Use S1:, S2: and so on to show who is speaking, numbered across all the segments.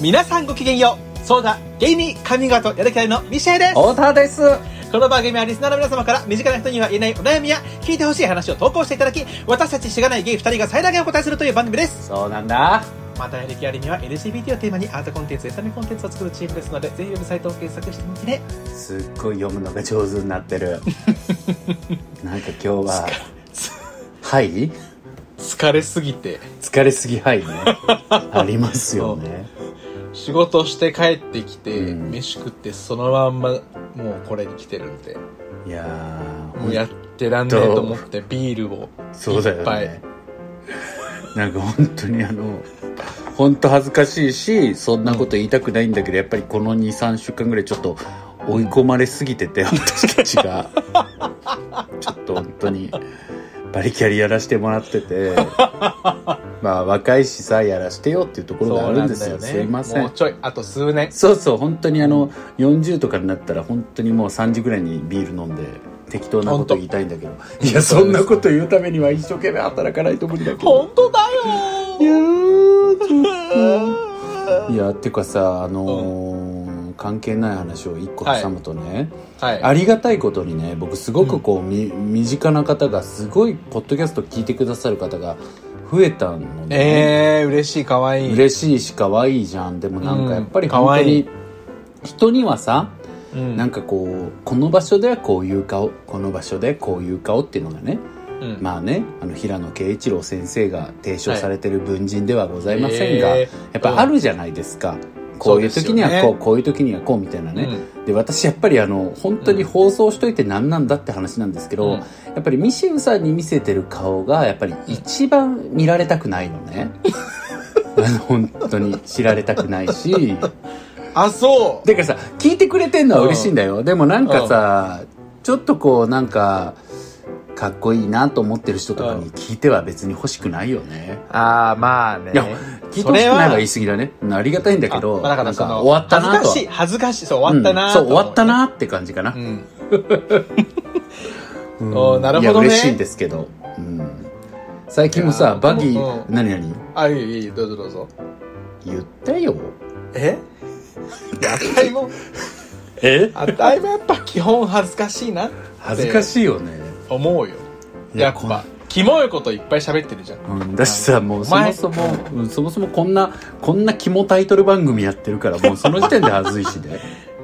S1: 皆さんごきげんよう。そうだ、芸人、神型やる気ありのミシェルです。
S2: 太田です。
S1: この番組はリスナーの皆様から身近な人には言えないお悩みや聞いてほしい話を投稿していただき、私たちしがない芸二人が最大限お答えするという番組です。
S2: そうなんだ。
S1: またやる気ありには LGBT をテーマにアートコンテンツ、エンタメコンテンツを作るチームですので、ぜひウェブサイトを検索してみてね。
S2: すっごい読むのが上手になって る。なんか今日は、はい
S1: 疲れすぎて、
S2: 疲れすぎはいね。ありますよね。
S1: 仕事して帰ってきて
S2: うん
S1: 飯食って、そのまんま、もうこれに来てるんで、
S2: いや
S1: もうや
S2: ー、
S1: ってらんねえと思って、ビールを。
S2: そうだ
S1: いっ
S2: よ
S1: ぱ
S2: ね
S1: い。
S2: なんか本当にあの、本当恥ずかしいし、そんなこと言いたくないんだけど、やっぱりこの2、3週間ぐらいちょっと追い込まれすぎて て、私たちが。ちょっと本当に、バリキャリやらしてもらって て、まあ若いしさ、やらしてよっていうところがあるんですよ。
S1: そうなんだ
S2: すいませ。
S1: もうんちょい、あと数年。
S2: そうそう、本当にあの、40とかになったら本当にもう3時ぐらいにビール飲んで、適当なこと言いたいんだけど、 いや、そんなこと言うためには一生懸命働かないと無理だけど。
S1: 本当だ
S2: いや
S1: よ
S2: ー
S1: ー
S2: いやてかさあのー関係ない話を一個挟むとね、
S1: はい。
S2: ありがたいことにね僕すごくこう、み身近な方がすごいポッドキャスト聞いてくださる方が増えたのね、
S1: えー、嬉しい、可愛い
S2: 嬉しいし可愛いじゃんでもなんかやっぱり
S1: うん
S2: 本当
S1: 可愛
S2: に
S1: い
S2: 人にはさ、
S1: うん
S2: なんかこうこの場所ではこういう顔この場所でこういう顔っていうのがね
S1: うん
S2: まあねあの平野啓一郎先生が提唱されてる文人ではございませんが、
S1: えー
S2: やっぱあるじゃないですか、こういう時には
S1: そうです
S2: こ
S1: よ
S2: う、こういう時にはこうみたいなね、
S1: う
S2: で私やっぱりあの本当に放送しといて何なんだって話なんですけど、
S1: うん
S2: やっぱりミシウさんに見せてる顔がやっぱり一番見られたくないのね、あの 本当に知られたくないし
S1: あ、そう
S2: だからさ聞いてくれてんのは嬉しいんだよ、でもなんかさ、ちょっとこうなんかかっこいいなと思ってる人とかに聞いては別に欲しくないよね、
S1: あー、まあね。
S2: いや、聞いてほしくないは言い過ぎだね。うんありがたいんだけど、
S1: あまあだから
S2: なん
S1: そ
S2: か
S1: の、
S2: 終わったなと。
S1: 恥ずかしい、恥ずかしい、そう、終わったな
S2: うん
S1: ー
S2: そう、
S1: と
S2: 終
S1: 思
S2: わったなって感じかな。
S1: うん。
S2: うん
S1: おーなるほどね
S2: いや、嬉しいんですけど。うん最近も
S1: いや
S2: さ、
S1: ー
S2: バギ
S1: うん
S2: ー、何々
S1: あ、いい、いい、どうぞどうぞ。
S2: 言ったよ。
S1: えあたいも、
S2: え
S1: あたいもやっぱ基本恥ずかしいなって
S2: 恥ずかしいよね。
S1: 思うよ。
S2: いや
S1: やっぱ、キモいこといっぱい喋ってるじゃん。
S2: うん、だしさ、もう
S1: お
S2: そも
S1: 前
S2: そも、うんそもそもこんな、こんな肝タイトル番組やってるから、もうその時点で恥ずいしね。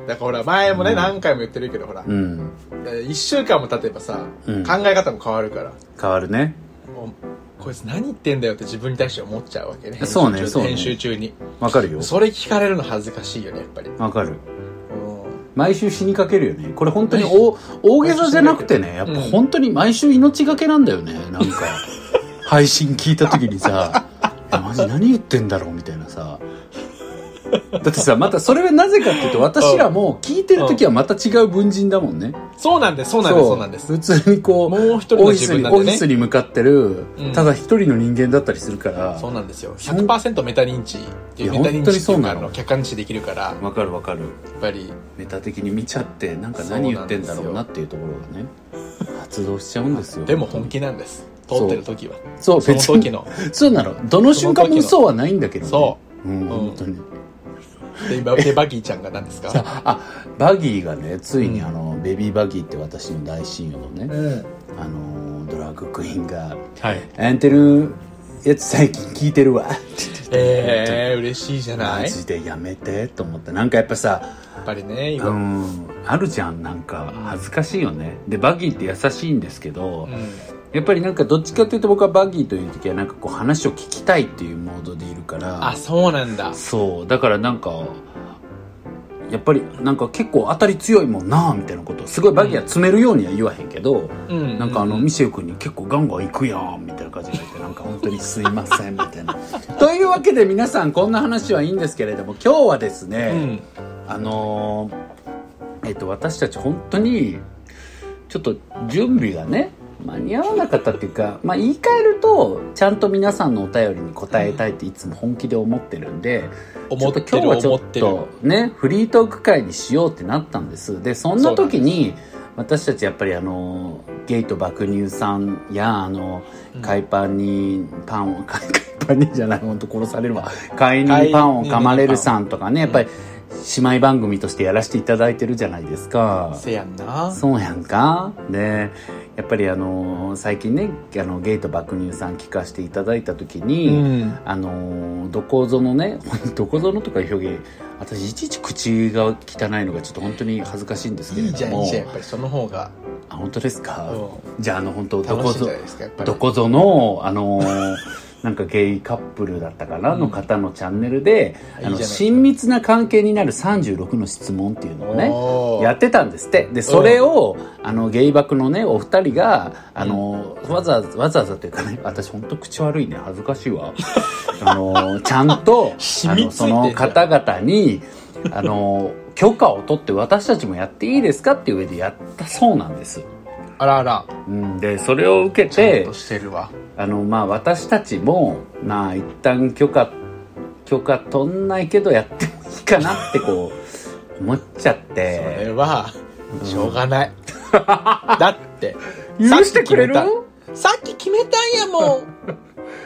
S1: だからほら、前もね、
S2: うん
S1: 何回も言ってるけど、ほら、
S2: うん。
S1: 1週間も経てばさ、
S2: うん
S1: 考え方も変わるから。
S2: 変わるね。
S1: おこいつ何言ってんだよって自分に対して思っちゃうわけね
S2: そうね
S1: 編集中
S2: そうね
S1: 編集中に
S2: わかるよ。
S1: それ聞かれるの恥ずかしいよねやっぱり
S2: わかる。
S1: うん
S2: 毎週死にかけるよねこれ本当に大大げさじゃなくてねやっぱ
S1: うん
S2: 本当に毎週命がけなんだよね なんか配信聞いた時にさ「えマジ何言ってんだろう」みたいなさだってさまたそれはなぜかっていうと私らも聞いてる時はまた違う文人だもんね
S1: そうなんですそうなんですそうなんです
S2: 普通にこう
S1: もう一人の
S2: オフィ
S1: 自
S2: ス
S1: 分
S2: に
S1: な
S2: オ
S1: んで
S2: フィ
S1: ね
S2: スに向かってる
S1: うん
S2: ただ一人の人間だったりするから
S1: そうなんですよ100%メタ認知っていう
S2: いや
S1: メタ認
S2: 本当
S1: 知
S2: に
S1: って
S2: そ
S1: いううか
S2: な
S1: あ
S2: の
S1: の客観視できるからや
S2: わかるわかる
S1: っぱり
S2: メタ的に見ちゃってなんか何言ってんだろうなっていうところがね発動しちゃうんですよ
S1: でも本気なんです
S2: そう
S1: 通ってる時は
S2: そう
S1: その
S2: 別に
S1: 時の
S2: そうなのどの瞬間
S1: その時
S2: も
S1: の
S2: 嘘はないんだけど、ね、、
S1: そう
S2: ん、
S1: ん
S2: 本当に
S1: で今でバギーちゃんが何で すか
S2: あバギーがねついに
S1: うん
S2: あの、ベビーバギーって私の大親友のね、
S1: うん
S2: あのドラッグクイーンが
S1: はい
S2: 「エンテルやつ最近聞いてるわ」って言って
S1: えー、嬉しいじゃな
S2: マ
S1: い
S2: ジでやめてと思ったなんかやっぱさ
S1: やっぱりね
S2: う
S1: 今
S2: んあるじゃんなんか恥ずかしいよねでバギーって優しいんですけど、
S1: うん
S2: やっぱりなんかどっちかっていうと僕はバギーという時はなんかこう話を聞きたいっていうモードでいるから
S1: あそうなんだ
S2: そうだからなんかやっぱりなんか結構当たり強いもんなみたいなことをすごいバギーは詰めるようには言わへんけど、
S1: うん
S2: なんかあのミシェル君に結構ガンガン行くやんみたいな感じで言ってなんか本当にすいませんみたいな。というわけで皆さんこんな話はいいんですけれども今日はですね、
S1: うん
S2: あのーえっと私たち本当にちょっと準備がね間に合わなかったっていうか、まあ、言い換えるとちゃんと皆さんのお便りに答えたいっていつも本気で思ってるんで、
S1: 思って
S2: ちょっと
S1: る
S2: 今日はち
S1: 思
S2: ょ
S1: っ
S2: って
S1: る
S2: とねフリートーク会にしようってなったんですでそんな時に私たちやっぱりあのーゲイと爆乳さんやあの
S1: うん
S2: 海パンにパンを 海パンにじゃない本当殺されるわ海にパンを噛まれるさんとかねやっぱり姉妹番組としてやらせていただいてるじゃないですか。
S1: せやんな
S2: そうやんかでやっぱりあの最近ねあのゲイと爆乳さん聞かせていただいた時に、
S1: うん
S2: あのーどこぞのね どこぞのとかいう表現私いちいち口が汚いのがちょっと本当に恥ずかしいんですけ
S1: い
S2: れ
S1: いじ
S2: ど
S1: ゃん
S2: も
S1: いいじゃんやっぱりその方が
S2: あ本当ですか、
S1: う
S2: じゃああの本当ど
S1: 楽
S2: こ
S1: しいんじ
S2: ぞ
S1: ゃないですかやっぱり
S2: どこぞのあのー なんかゲイカップルだったかな、の方のチャンネルで
S1: いい
S2: あ
S1: じゃない
S2: の
S1: ですか
S2: 親密な関係になる36の質問っていうのをね
S1: おー
S2: やってたんですってでそれをあのゲイバクのねお二人があの、わざわざわざわざというかね私本当口悪いね恥ずかしい わあのちゃんとあ
S1: 染み
S2: の
S1: つ
S2: そ
S1: いてんじゃん
S2: の方々にあの許可を取って私たちもやっていいですかっていう上でやったそうなんです、
S1: あらあら
S2: うん、でそれを受け
S1: ちゃん
S2: て
S1: としてるわ
S2: あのまあ私たちもまあ一旦許可許可取んないけどやってもいいかなってこう思っちゃっ
S1: それ
S2: て
S1: はしょう がないだって
S2: 許してくれる
S1: さっき決めたさっき決めたんやもん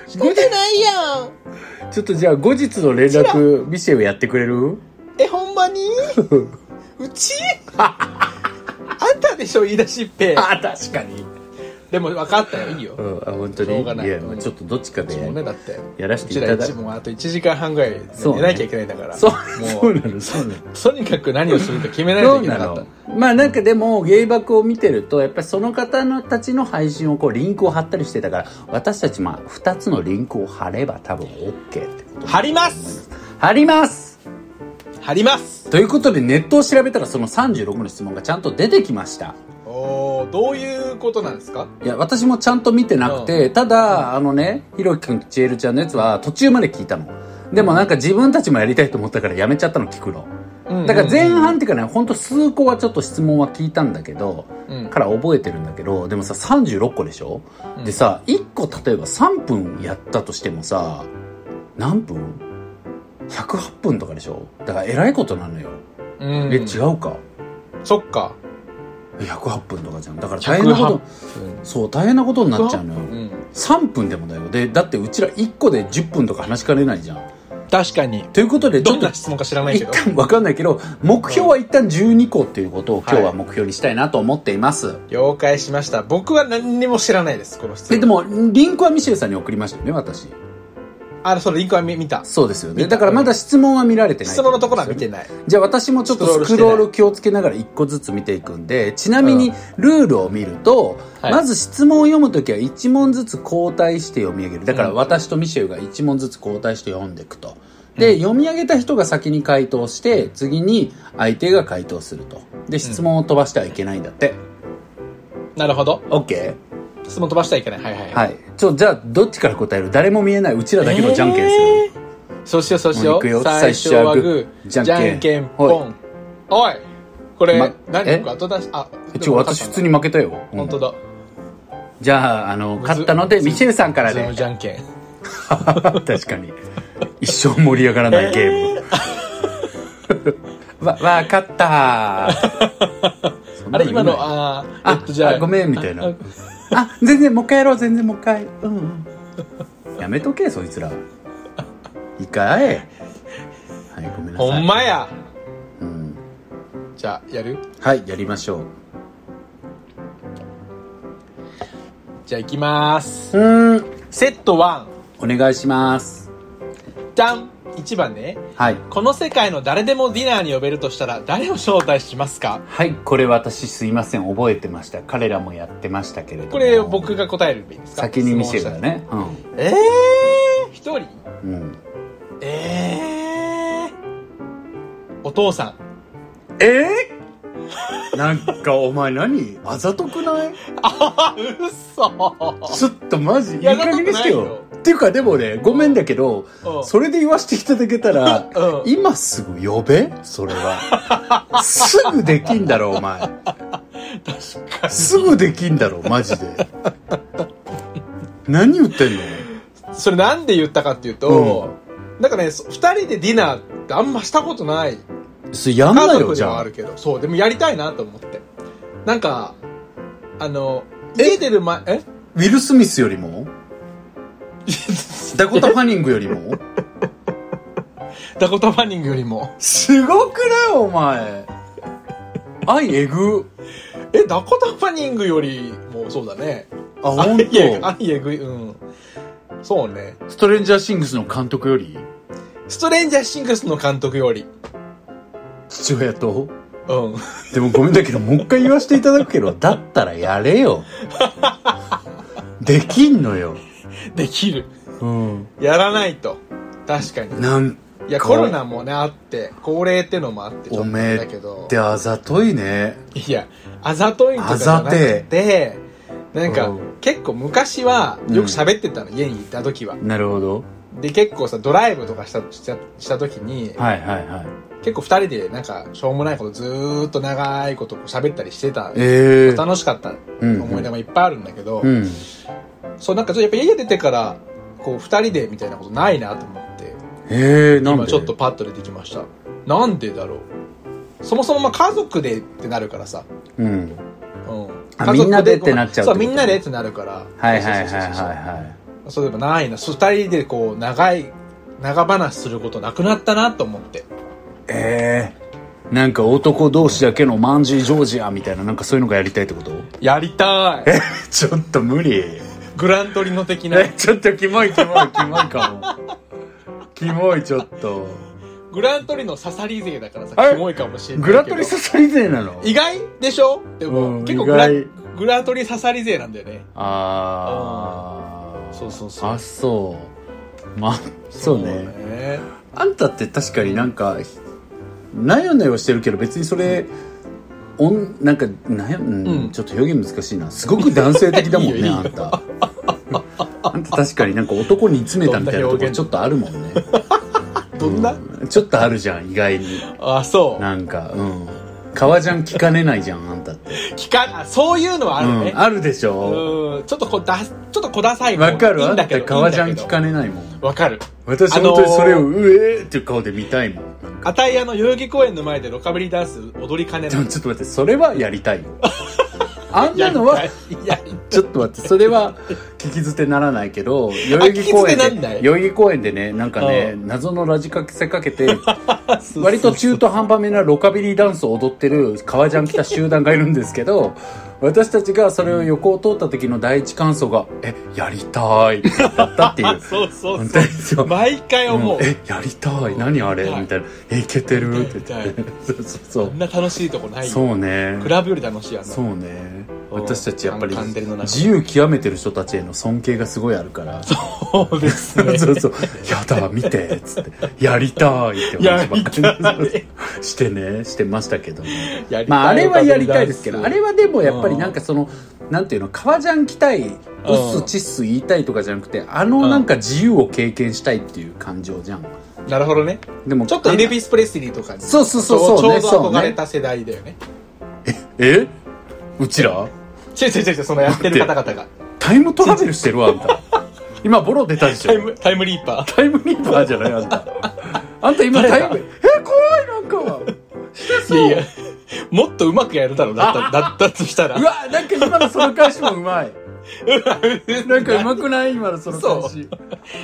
S1: 仕方ないやん
S2: ちょっとじゃあ後日の連絡ミシェルやってくれる
S1: えほん まにうちあんたでしょ言い出しっぺ
S2: あ確かに、
S1: でも分かったよいいよ
S2: うん、あ本当に
S1: しょうがない
S2: や、まあ、ちょっとどっちか
S1: う
S2: で
S1: ち
S2: や
S1: もねだって
S2: やらせていう
S1: ち
S2: た
S1: ら
S2: だ
S1: 一もあと1時間半ぐらい
S2: そう
S1: 寝
S2: ね
S1: なきゃいけないんだから
S2: そう
S1: も
S2: そう
S1: う
S2: なのそうなの
S1: とにかく何をするか決めない
S2: ど
S1: というけな
S2: な
S1: かった
S2: のまあなんかでも芸爆を見てるとやっぱりその方のたちの配信をこうリンクを貼ったりしてたから私たちまあ2つのリンクを貼れば多分 OK ってこと
S1: 貼ります
S2: 貼ります
S1: 貼ります
S2: ということでネットを調べたらその36の質問がちゃんと出てきました
S1: おーどういうことなんですか
S2: いや私もちゃんと見てなくて、ただあのねひろきくんちえるちゃんのやつは途中まで聞いたのでもなんか自分たちもやりたいと思ったからやめちゃったの聞くのだから前半っていうかねほんと数個はちょっと質問は聞いたんだけど、
S1: うん
S2: から覚えてるんだけどでもさ36個でしょ、でさ1個例えば3分やったとしてもさ何分 ?108 分とかでしょだからえらいことなのよ、
S1: うん
S2: え違うか
S1: そっか
S2: 108分とかじゃんだから大変なことそう大変なことになっちゃうのよ、
S1: うん
S2: 3分でもだよでだってうちら1個で10分とか話しかねないじゃん
S1: 確かに
S2: ということでち
S1: ど
S2: ょ
S1: ん
S2: っと
S1: な質問か知らない
S2: 一
S1: けど
S2: 旦分かんないけど目標は一旦12個っていうことを今日
S1: は
S2: はい目標にしたいなと思っています、
S1: 了解しました僕は何にも知らないですこの質
S2: で
S1: 問
S2: でもリンクはミシェルさんに送りましたよね私
S1: あそうリンクは見見た
S2: そうですよね
S1: 見た
S2: だからまだ質問は見られてない
S1: 質問のところは見て
S2: い
S1: ない
S2: じゃあ私もちょっとスク
S1: スク
S2: ロ
S1: ロー
S2: ー
S1: ル
S2: ル気をつけながら1個ずつ見ていくんでちなみにルールを見ると、
S1: はい
S2: まず質問を読むときは1問ずつ交代して読み上げるだから私とミシェルが1問ずつ交代して読んでいくとで、読み上げた人が先に回答して次に相手が回答するとで質問を飛ばしてはいけないんだって、
S1: なるほど
S2: OK?
S1: 質問飛ばしてはいけないはいはい
S2: はいちょじゃあどっちから答える誰も見えないうちらだけのじゃんけんする、
S1: えーそうしようそうし
S2: もう
S1: よ
S2: 行く
S1: う
S2: よ
S1: 最初はグーじ
S2: 最初はグー
S1: ゃ
S2: じゃんけん
S1: んけんポンおいこれ、
S2: まえ
S1: 何後出しあ
S2: ちょ私普通に負けたよ
S1: 本当だ
S2: じゃああの
S1: むず
S2: 勝ったのでミシェルさんから
S1: 普通
S2: で、
S1: のじゃんけん
S2: 確かに一生盛り上がらないゲーム、 わわかった
S1: あれ今の
S2: あ
S1: あーえ
S2: あ
S1: っとじゃあ
S2: ごめんみたいな
S1: あ
S2: あ全然もう一回やろう全然もう一回うんうんやめとけそいつら一回はいごめんなさい
S1: ほんまや
S2: うん
S1: じゃあやる
S2: はいやりましょ
S1: じゃあ行きます
S2: ううん
S1: セット1
S2: お願いします
S1: じゃん1番ね
S2: はい
S1: この世界の誰でもディナーに呼べるとしたら誰を招待しますか
S2: はいこれ私すいません覚えてました彼らもやってましたけれども
S1: これ僕が答えるべきですか
S2: 先にミシェルだね
S1: ええー、一人
S2: うん、うん、
S1: ええお父 さん
S2: えー、なんかお前何あざとくない
S1: あうそ
S2: ちょっとマジいい
S1: いや
S2: 加減にしてよ
S1: あざとくない
S2: っていうかでもねごめんだけど
S1: うん
S2: それで言わせていただけたら
S1: うん
S2: 今すぐ呼べそれはすぐできんだろお前
S1: 確か
S2: すぐできんだろマジで何言ってんの
S1: にそれなんで言ったかっていうと、なんかねそ二人でディナーってあんましたことない
S2: それやんな
S1: 家
S2: よ
S1: 族
S2: じ
S1: で
S2: ゃ
S1: はあ
S2: あ
S1: るけどそうでもやりたいなと思ってなんかあの家出る前、え
S2: ウィル・スミスより もダコタ・ファニングよりも
S1: ダコタ・ファニングよりも。
S2: すごくないお前愛えぐ
S1: え、ダコタ・ファニングよりもそうだね。
S2: あ
S1: あ
S2: 本
S1: いえぐ、
S2: 当
S1: あいえぐい、うん。そうね。
S2: ストレンジャー・シングスの監督より
S1: ストレンジャー・シングスの監督より。
S2: 父親と
S1: うん。
S2: でもごめんだけどもう一回言わせていただくけ どだったらやれよできんのよ
S1: できる。
S2: うん
S1: やらないと。確かに。
S2: なん
S1: いや、コロナもね、あって、高齢ってのもあって、ちょっ
S2: お
S1: と
S2: め
S1: あれ
S2: え
S1: だけど
S2: っ。てあざといね
S1: いや、あざといとかじゃなくて、なんか、
S2: うん
S1: 結構昔は、よく喋ってたの、家に行った時は。
S2: なるほど
S1: で、結構さ、ドライブとかした、した、した時に、
S2: はいはいはい
S1: 結構二人で、なんか、しょうもないことずーっと長いことこう喋ったりしてた。
S2: ええー、
S1: 楽しかった
S2: うん
S1: 思い出もいっぱいあるんだけど、
S2: うん
S1: そう、なんかちょっとやっぱ家出てから、こう、二人でみたいなことないなと思って、
S2: ええー、なんで
S1: 今ちょっとパッと出てきました。なんでだろう。そもそもまあ家族でってなるからさ。
S2: うん
S1: うん。
S2: あ
S1: 家族
S2: みんなでってなっちゃうって
S1: そ
S2: こと
S1: う、みんなでってなるから。
S2: はいはいはいはい
S1: そうそうそうそう
S2: は
S1: そういえばないな。そう二人でこう、長い、長話することなくなったなと思って。
S2: いええー、なんか男同士だけのマンジージョージアみたいななんかそういうのがやりたいってこと
S1: やりたい
S2: ちょっと無理
S1: グラントリノ的な
S2: え。ちょっとキモいキモいキモいかもキモいちょっと
S1: グラントリノ刺さり勢だからさ
S2: あ、れ
S1: キモいかもしれない
S2: グ
S1: けど。
S2: ラトリササリ勢なの
S1: 意外でしょでも、
S2: うん
S1: 結構グラ、
S2: 意
S1: グラトリ刺さり勢なんだよね。
S2: ああ
S1: そうそうそう
S2: あそうまあそうね
S1: ね。
S2: あんたって確かになんかなよなよしてるけど別にそれおんなんかなよ、うん
S1: うん
S2: ちょっと表現難しいなすごく男性的だもんね
S1: いいよいいよ
S2: あんたあんた確かになんか男に詰めたみたいなと
S1: どんな表
S2: こ
S1: 現
S2: ちょっとあるもんね
S1: どんな、
S2: うんちょっとあるじゃん意外に
S1: あ、そう。
S2: なんかうん革ジャン聞かねないじゃんあんたって、
S1: 聞か、あそういうのはあるね
S2: う。ん、あるでしょ
S1: うんちょっとこうだちょっとこださいもん
S2: わかる
S1: いい
S2: あ
S1: ん
S2: ん
S1: だ
S2: た
S1: けど
S2: 革ジャ
S1: いい
S2: ン
S1: んだ
S2: 聞
S1: けど
S2: かねないもん
S1: わかる
S2: 私
S1: あのー
S2: 本当にそれを「うえー」っていう顔で見たいもん
S1: あたいあの代々木公園の前でロカブリーダンス踊りかね
S2: で
S1: な
S2: も
S1: い
S2: ちょっと待ってそれはやりたいよ あんなのは
S1: はいや
S2: ちょっと待ってそれは 聞き捨てならないけど代々木公園
S1: 聞き捨てなんな
S2: で
S1: い
S2: 代々木公園でねなんかね
S1: う
S2: 謎のラジカセかけて割と中途半端めなロカビリーダンスを踊ってる革ジャン着た集団がいるんですけ ど私たちがそれを横を通った時の第一感想が「えやりたい」って言ったっていう
S1: そうそう
S2: 本
S1: そ
S2: 当
S1: う
S2: にそう
S1: 毎回思う、
S2: うんえやりたい何あれ
S1: やり
S2: みた
S1: た
S2: いな「えいけてる」って
S1: や
S2: 言っ
S1: り
S2: て そうそうそ
S1: こ
S2: うん
S1: な楽しいとこないよ
S2: そうね
S1: クラブより楽しいやな
S2: そうね
S1: うん
S2: 私たちやっぱり
S1: カンデレの中
S2: 自由極めてる人たちへの尊敬がすごいあるからそう
S1: です ね
S2: そうそう「やだ見て」っつって「やりたい」って話ばっかり
S1: やりたい
S2: してねしてましたけどね
S1: やりたい
S2: まああれはやりたいですけどあれ
S1: は
S2: はでもやっぱりなんかそのなんていうの革ジャン着たいウッ
S1: う
S2: ス
S1: ん
S2: チッス言いたいとかじゃなくてあのなんか自由を経験したいっていう感情じゃん
S1: なるほどね
S2: でも
S1: ちょっとエルビス・プレスリーとかに
S2: そうそうそう
S1: ち
S2: そう
S1: ょう
S2: ね
S1: どちょうど憧れた世代だよね
S2: えうちら
S1: 違う違う違うそのやってる方々が
S2: タイムトラベルしてるわあん た今ボロ出たでし
S1: タイ
S2: ょ
S1: ムタイムリーパー
S2: タイムリーパーじゃないあんた あんた今タイムえ怖いなんか
S1: いやいやもっとうまくやるだろうだっただったとしたら
S2: うわなんか今のその返しもうまいなんかうまくない今のその
S1: そう
S2: 返し
S1: い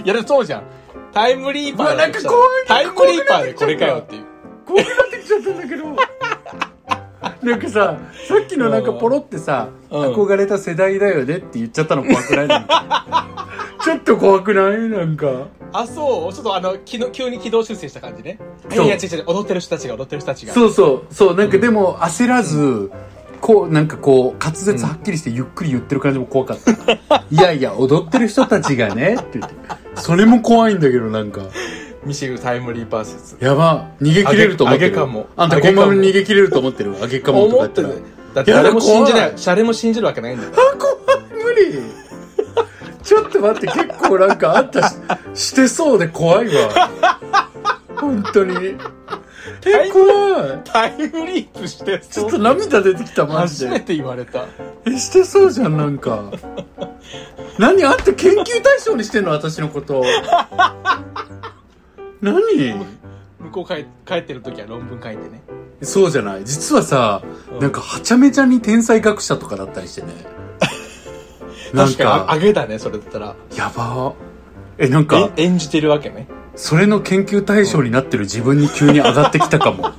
S1: やでもそうじゃん。タイムリーパーだとしたら
S2: うわなんか
S1: タ
S2: 怖
S1: イ
S2: い
S1: ムリーパーでこれかよっていう。
S2: 怖くなってきちゃったんだけどなんかささっきのなんかポロってさ、
S1: うん
S2: 憧れた世代だよねって言っちゃったの怖くないなん かちょっと怖くないなんか
S1: あ、そう。ちょっとあの、きの急に軌道修正した感じね。い
S2: そ
S1: や
S2: う
S1: いや、違う違う。踊ってる人たちが踊ってる人たちが。
S2: そうそうそうなんかでも焦らず、こうなんかこう滑舌はっきりしてゆっくり言ってる感じも怖かった、 いやいや踊ってる人たちがねって言ってそれも怖いんだけどなんか
S1: ミシェルタイムリーパー説。
S2: やば逃げ切れると思って
S1: あげ
S2: る
S1: かも
S2: あんた
S1: あげ
S2: こ
S1: か
S2: ん
S1: も
S2: ばんは逃げ切れると思ってるあげかもと
S1: 思
S2: か
S1: って
S2: 言
S1: る
S2: ったら。
S1: だって
S2: やだ
S1: 誰も信じない
S2: 怖。い
S1: 誰も信じるわけないんだか
S2: あ怖い無理ちょっと待って結構なんかあんたししてそうで怖いわ本当にえ怖い
S1: ら。タイムリープして
S2: ち
S1: そう
S2: ょっと涙出てきたマジ
S1: 初
S2: で
S1: めて言われた。
S2: えしてそうじゃんなんか何あんた研究対象にしてんの私のこと何
S1: 向こう帰帰ってる時は論文書いてね。
S2: そうじゃない実はさ、
S1: うん
S2: なんかはちゃめちゃに天才学者とかだったりしてねなん
S1: 確かに
S2: か
S1: あげだねそれだったら
S2: やばえなんか
S1: え演じてるわけね
S2: それの研究対象になってる自分に急に上がってきたか も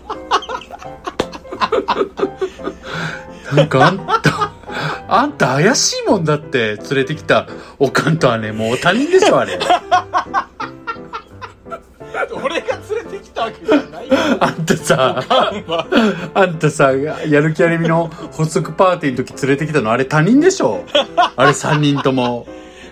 S2: なんかあんたあんた怪しいもんだって連れてきたおかんと姉もう他人でしょあれ
S1: 俺が連れてきたわけじゃないよ
S2: あんたさあんたさやる気ありみの発足パーティーの時連れてきたのあれ他人でしょあれ3人とも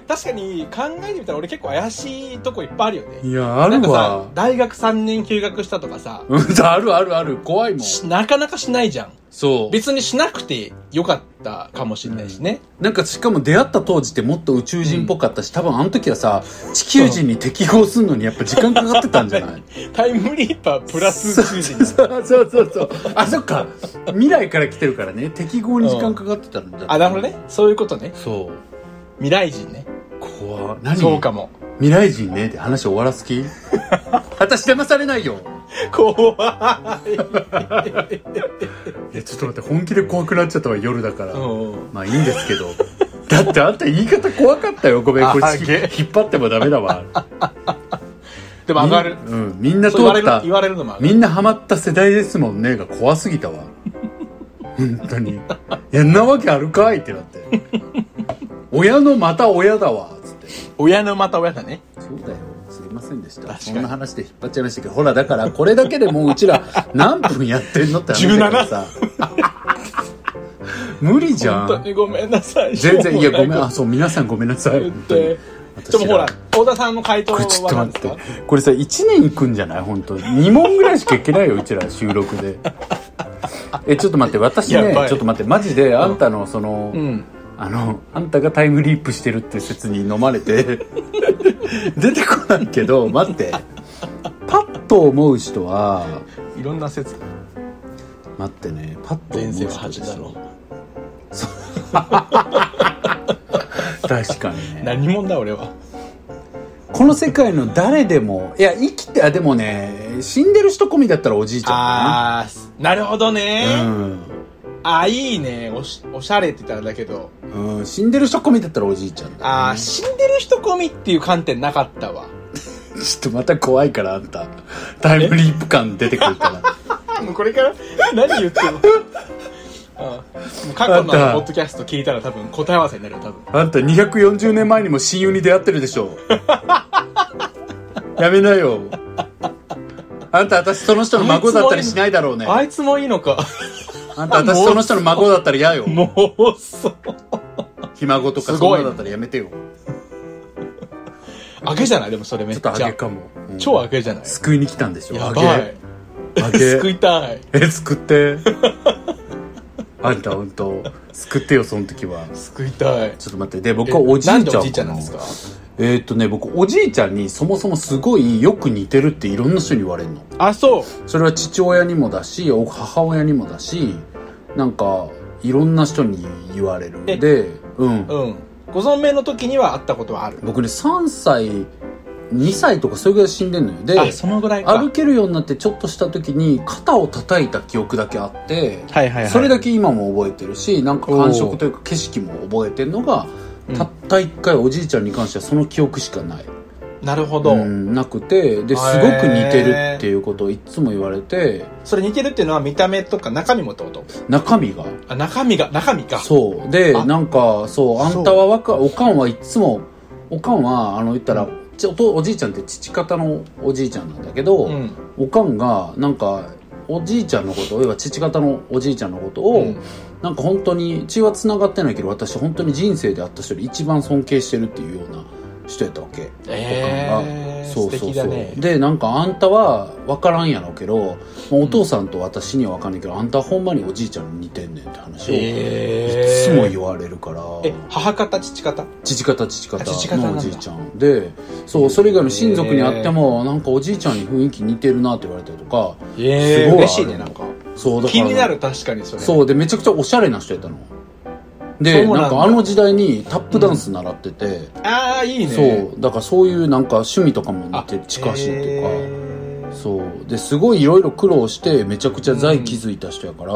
S1: 確かに考えてみたら俺結構怪しいとこいっぱいあるよね
S2: いやあ
S1: なん
S2: る
S1: かさ
S2: わ
S1: 大学3年休学したとかさ
S2: うんあるあるある怖いもん
S1: しなかなかしないじゃん
S2: そう
S1: 別にしなくてよかったかもしれないしね、
S2: なんかしかも出会った当時ってもっと宇宙人っぽかったし、多分あの時はさ地球人に適合するのにやっぱ時間かかってたんじゃ ない
S1: タイムリーパープラス宇宙人
S2: そうそうそうそうあそっか未来から来てるからね適合に時間かかってたんだ、
S1: あなるほどねそういうことね
S2: そう
S1: 未来人ね
S2: 怖っ何
S1: そうかも
S2: 未来人ねって話終わらす 気私騙されないよ
S1: 怖い、
S2: いやちょっと待って本気で怖くなっちゃったわ夜だから、
S1: うん、
S2: まあいいんですけどだってあんた言い方怖かったよごめんこれ
S1: あげ
S2: 引っ張ってもダメだ わ
S1: でも上がる
S2: みんうん、みんな
S1: そ
S2: 通っ
S1: う言われる
S2: た
S1: 言われるのも上が
S2: み
S1: る
S2: んなハマった世代ですもんねが怖すぎたわ 本当に「いやんなわけあるかい」ってなって 「親のまた親だわ」つって
S1: 親のまた親だね
S2: 「そうだよすいませんでした
S1: 確かに
S2: そんな話で引っ張っちゃいましたけどほらだからこれだけでもううちら何分やってんのって話だからさ無理じゃ
S1: 本当
S2: ん
S1: にごめんなさい
S2: 全然いやごめん
S1: な
S2: あそう皆さんごめんなさい
S1: 言っ
S2: 本当
S1: て
S2: に
S1: でもほら
S2: 私ら
S1: 太田さんの回答
S2: これちょっ
S1: は
S2: と
S1: 何
S2: 待
S1: で
S2: っ
S1: すか
S2: てこれさ1年いくんじゃない本当二2問ぐらいしかいけないようちら収録でえちょっと待って私
S1: や
S2: ね
S1: ばい
S2: ちょっと待ってマジであんたのその、
S1: うん
S2: あのあんたがタイムリープしてるって説に飲まれ て出てこないけど待ってパッと思う人はい
S1: ろんな説
S2: 待ってねパッと思う
S1: 前世は
S2: 人
S1: 恥
S2: です
S1: だ
S2: よ
S1: ろ
S2: 確かにね
S1: 何者だ俺は
S2: この世界の誰でもいや生きてあでもね死んでる人込みだったらおじいちゃんか
S1: ああなるほどね、
S2: なうん
S1: ああいいねおしおしゃれって言ったらだけど
S2: うん、死んでる人込みだったらおじいちゃんだ、
S1: ああ死んでる人込みっていう観点なかったわ
S2: ちょっとまた怖いからあんたタイムリープ感出てくるから
S1: もうこれから 何言って ももう過去の
S2: あんた
S1: ポッドキャスト聞いたら多分答え合わせになるよ多分
S2: あんた240年前にも親友に出会ってるでし ょやめなよあんた私その人の孫だったりしないだろうね
S1: あいつもいいのか
S2: あんた私その人の孫だったら嫌よ
S1: もうそう
S2: ひ孫とか
S1: すご
S2: そ
S1: い
S2: んなだったらやめてよ
S1: あげじゃないでもそれめ
S2: ちょ
S1: っ
S2: っ
S1: ち
S2: と
S1: ゃ
S2: あげかも、うん
S1: 超あげじゃない
S2: 救いに来たんでしょ
S1: や
S2: あ
S1: ばい
S2: げあげ
S1: 救いたい
S2: え救ってあんた本当救ってよその時は
S1: 救いたい
S2: ちょっと待ってで僕はおじいちゃ
S1: なんんでおじいちゃん
S2: か
S1: なんですか
S2: えーっとね僕おじいちゃんにそもそもすごいよく似てるっていろんな人に言われるの
S1: あそう
S2: それは父親にもだしお母親にもだしなんかいろんな人に言われる
S1: え
S2: で、うん、
S1: うんご存命の時には会ったことはある
S2: 僕ね3歳2歳とかそれぐらい死んでんのよで
S1: あそのぐらいか
S2: 歩けるようになってちょっとした時に肩を叩いた記憶だけあって
S1: はいはいはい
S2: それだけ今も覚えてるしなんか感触というか景色も覚えてるのが
S1: うん
S2: たった一回おじいちゃんに関してはその記憶しかない、
S1: なるほど、
S2: ん、なくてですごく似てるっていうことをいつも言われて
S1: それ似てるっていうのは見た目とか中身もってこと
S2: 中身が
S1: あ中身が中身か
S2: そうで
S1: あ
S2: なんかそうあんたは若おかんはいつもおかんはあの言ったらちょおとおじいちゃんって父方のおじいちゃんなんだけど、
S1: うん
S2: おかんがなんかおじいちゃんのこと要は父方のおじいちゃんのことを、
S1: うん
S2: なんか本当に血はつながってないけど私本当に人生で会った人で一番尊敬してるっていうような人やったわけ、
S1: えー
S2: おかんがそうそう
S1: 素敵だ
S2: そう、
S1: ね
S2: でなんかあんたは分からんやろうけど、まあお父さんと私には分かんないけど、あんたほんまにおじいちゃんに似てんねんって話を、い
S1: え
S2: つも
S1: よ
S2: 言われるから
S1: え母方父方
S2: 父方父
S1: あ父方
S2: 方
S1: な
S2: のお
S1: んだ
S2: じいちゃんでそうそれ以外の親族に会ってもなんかおじいちゃんに雰囲気似てるなって言われたりとか
S1: え
S2: すごい
S1: 嬉しいねなんか
S2: そうだから
S1: 気になる確かにそれ
S2: そうでめちゃくちゃおしゃれな人やったのでな
S1: そうんなんだ
S2: かあの時代にタップダンス習ってて、
S1: ああいいね
S2: そうだからそういうなんか趣味とかも似
S1: あ
S2: て近しいっていうか、
S1: えー
S2: そうですごいいろいろ苦労してめちゃくちゃ財気づいた人やから、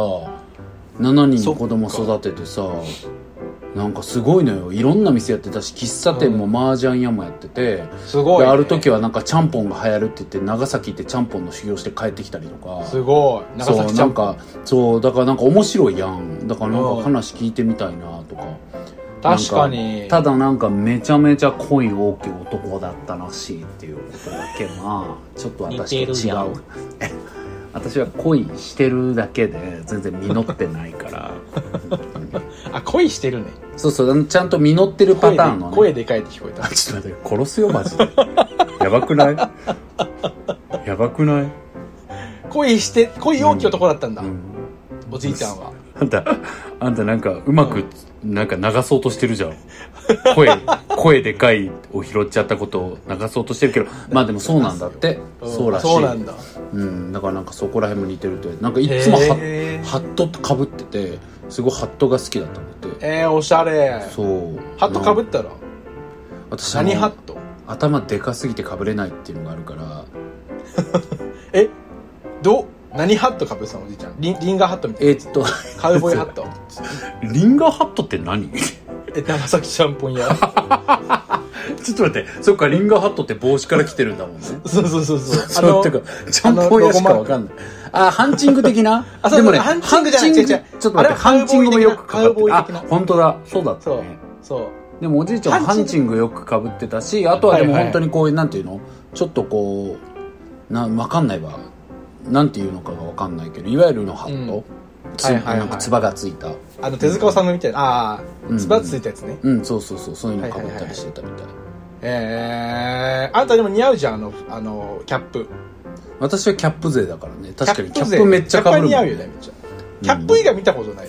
S2: 7人の子供育ててさなんかすごいのよいろんな店やってたし喫茶店も麻雀屋もやってて、
S1: すごい、
S2: である時
S1: は
S2: はなんかちゃんぽんが流行るって言って長崎行ってちゃんぽんの修行して帰ってきたりとか
S1: すごい
S2: そ
S1: 長
S2: う
S1: 崎ち
S2: な
S1: ゃ
S2: ん
S1: ん
S2: かそうだからなんか面白いやんだからなん
S1: うん
S2: か話聞いてみたいなとか
S1: 確かに
S2: ただなんかめちゃめちゃ恋大きい男だったらしいっていうことだけまあちょっと私と
S1: 似て
S2: 違
S1: るや
S2: うん 私は恋してるだけで全然実ってないから
S1: あ恋してるね
S2: そうそうちゃんと実ってるパ
S1: 声
S2: タ
S1: で
S2: ーンの、ね、
S1: 声でかいって聞こえた
S2: あちょっと待って殺すよマジでやばくないやばくない
S1: 恋して恋大きい男だったんだ、
S2: うん
S1: おじいちゃんは
S2: あんた、あんたなんかうまく、なんか流そうとしてるじゃん。声、声でかいを拾っちゃったことを流そうとしてるけど、まあでもそうなんだって。
S1: ん
S2: そうらしい。
S1: そうなんだ
S2: うん。だからなんかそこら辺も似てるって。なんかいつもハッ
S1: へー
S2: ハットとかぶってて、すごいハットが好きだったんだって。
S1: えー、おしゃれ
S2: そう。
S1: ハットかぶっ
S2: な
S1: たら
S2: 私あの
S1: 何ハット
S2: 頭でかすぎてかぶれないっていうのがあるから、
S1: えど何ハットかぶってたのおじいちゃんリンリンガーハットみたい
S2: えーっ と、
S1: なカウボーイハット
S2: リンガーハットって 何
S1: え長崎ちゃんぽん屋
S2: ちょっと待って、そっか、リンガーハットって帽子から来てるんだもんね。
S1: そうそうそうそう
S2: そのてか、ちゃんぽん屋しかわかんない。あ、ハンチング的 な
S1: あそうそう
S2: でもね、
S1: ハンチングじゃない
S2: ハンチング
S1: 違う違う
S2: ちょっと待って、
S1: あ
S2: ハ
S1: れは
S2: ンチングもよくかかって
S1: カウボ
S2: る。
S1: ーイ
S2: あ
S1: 的な、
S2: 本当だ。そうだった
S1: そう
S2: ね。
S1: そう
S2: でもおじいちゃんはハ
S1: ハ
S2: ン
S1: ン
S2: チ
S1: チ
S2: ングよくかぶってたし、あとはでも
S1: はいはい
S2: 本当にこういう、なんていうのちょっとこう、な、わかんないわ。なんていうのかがわかんないけど、いわゆるのハッ
S1: う
S2: ト
S1: ん。
S2: つ
S1: はいはいはい
S2: なんか、つばがついた。
S1: あの手塚治虫みたいなああ
S2: うん
S1: つばついたやつね、
S2: うん、そうそうそう、そういうのかぶったりしてたみたい。
S1: えー、あんたでも似合うじゃんあのあのキャップ
S2: 私はキャップ勢だからね。確かにキャッ
S1: 勢
S2: プめっちゃかぶるもん。
S1: キャップは似合うよねめっちゃキャップ以外見たことない、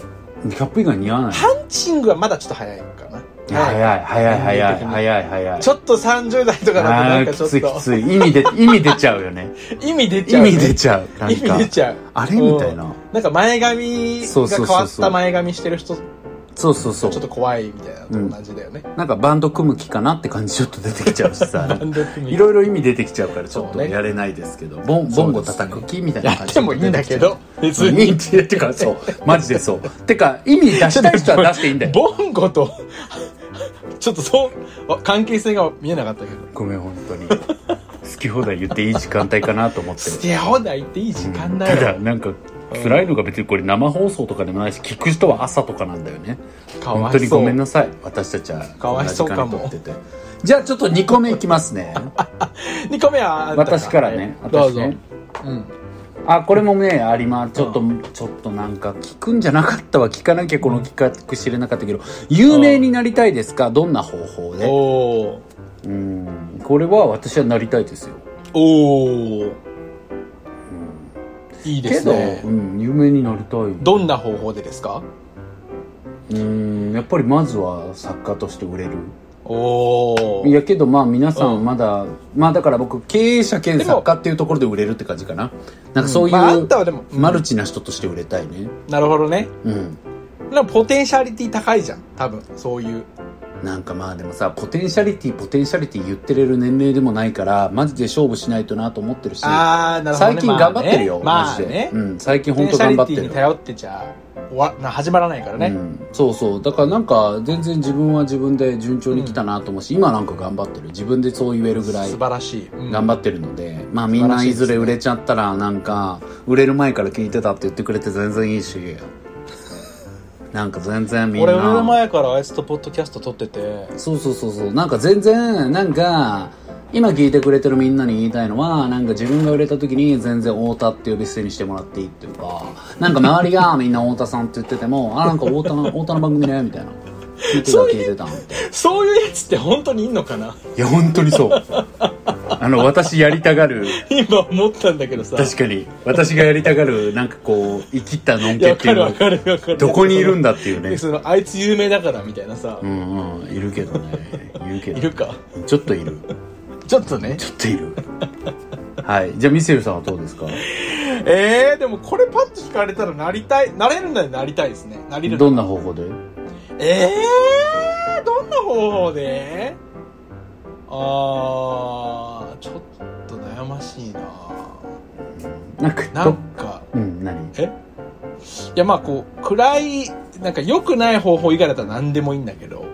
S2: キャップ以外似合わない。
S1: ハンチングはまだちょっと早いかな
S2: 早い、早い、早い、早い、早い。
S1: ちょっと30代とかだとなんかちょ
S2: あーき
S1: っと
S2: ついきつい意味で意味出ちゃうよね
S1: 意味出ち
S2: 意
S1: ゃうね、
S2: 味出ちゃうなん
S1: 意味
S2: か
S1: 出ちゃう
S2: あれみたいな
S1: なんか前髪
S2: そう
S1: が
S2: そうそうそう
S1: 変わった前髪してる人と
S2: そうそうそ
S1: ちょっ
S2: う
S1: と怖いみたいなのと同じだよね、
S2: なんかバンド組む気かなって感じちょっと出てきちゃうしさ
S1: バンド組む
S2: いろいろ意味出てきちゃうからちょっ
S1: そ
S2: と
S1: うね
S2: やれないですけど、ボンボンゴ叩く気みたいな
S1: や
S2: 感
S1: っ
S2: じ
S1: てもいいんだけど別
S2: 別にいいっ
S1: に
S2: ててかそうマジでそうてか意味出したい人は出していいん だよ
S1: ボンゴとちょっとそうあ関係性が見えなかったけど
S2: ごめん本当に好き放題言っていい時間帯かなと思って
S1: 捨
S2: る
S1: て放題っていい時間だ
S2: た
S1: よ、
S2: だなんか辛いのが別にこれ生放送とかでもないし聞く人は朝とかなんだよね
S1: か
S2: 本
S1: わ
S2: 当
S1: い
S2: に
S1: そ
S2: ご
S1: う
S2: めんなさい私たちは
S1: かわいそうか
S2: こ
S1: も
S2: んな時間に撮っててじゃあちょっと2個目いきます ね
S1: 2個目はあんた
S2: 私からね
S1: どう
S2: 私
S1: ぞ、
S2: ね
S1: うん、
S2: あこれもねありますちょっと、ちょっとなんか聞くんじゃなかったわ聞かなきゃこの企画知れなかったけど有名になりたいですかどんな方法で
S1: おお
S2: うんこれは私はなりたいですよ
S1: おおいいで
S2: け
S1: す
S2: ど、
S1: ね
S2: うん、有名になりたい
S1: どんな方法でですか
S2: うんやっぱりまずは作家として売れる
S1: おお
S2: いやけどまあ皆さんまだ、まあだから僕経営者兼
S1: でも
S2: 作家っていうところで売れるって感じかななんかそういう、
S1: まあ、あんたはでも、うん
S2: マルチな人として売れたいね
S1: なるほどね
S2: うん
S1: なんかポテンシャリティ高いじゃん多分そういう
S2: なんかまあでもさポテンシャリティポテンシャリティ言ってれる年齢でもないからマジで勝負しないとなと思ってるし
S1: ああなるほど、
S2: 最
S1: ね、
S2: 近頑張ってるよ、
S1: まあね,、
S2: マジ
S1: まあ
S2: で
S1: ね、
S2: うん、最近
S1: ポ
S2: 本
S1: テン
S2: 当
S1: シ
S2: 頑
S1: ャリ
S2: 張っ
S1: テ
S2: て
S1: ィ
S2: る
S1: に頼ってちゃ終わな始まらないからね、
S2: うん、そうそうだからなんか全然自分は自分で順調に来たなと思うし、今なんか頑張ってる自分でそう言えるぐらい
S1: 素晴らしい、うん
S2: 頑張ってるので、まあみんないずれ売れちゃったらなんか売れる前から聞いてたって言ってくれて全然いいしなんか全然みん
S1: 俺俺の
S2: な
S1: 前からあいつとポッドキャスト撮っ てて
S2: そうそうそうそうなんか全然なんか今聞いてくれてるみんなに言いたいのはなんか自分が売れた時に全然太田って呼び捨てにしてもらっていいっていうかなんか周りがみ んな太田さんって言っててもあなんか太田の太田の番組ねみたいな聞いてた聞いてたみたいな
S1: そういうやつって本当にいんのかない
S2: や本当にそうあの私やりたがる
S1: 今思ったんだけどさ
S2: 確かに私がやりたがるなんかこう生きったのん
S1: いや
S2: けって
S1: わ
S2: い
S1: か
S2: うの
S1: るわかるわかる
S2: どこにいるんだっていうね
S1: でそのあいつ有名だからみたいなさ、
S2: うんうんいるけどねいるけど
S1: いるか
S2: ちょっといる
S1: ちょっとね
S2: ちょっとい るはいじゃあミセルさんはどうですか
S1: えー、でもこれパッと聞かれたらなりたいなれるならなりたいですねなりるなら
S2: どんな方法で
S1: えー、どんな方法であーちょっと悩ましいな
S2: なんか
S1: なんか
S2: うん何
S1: えいやまあこう暗いなんか良くない方法以外だったら何でもいいんだけど、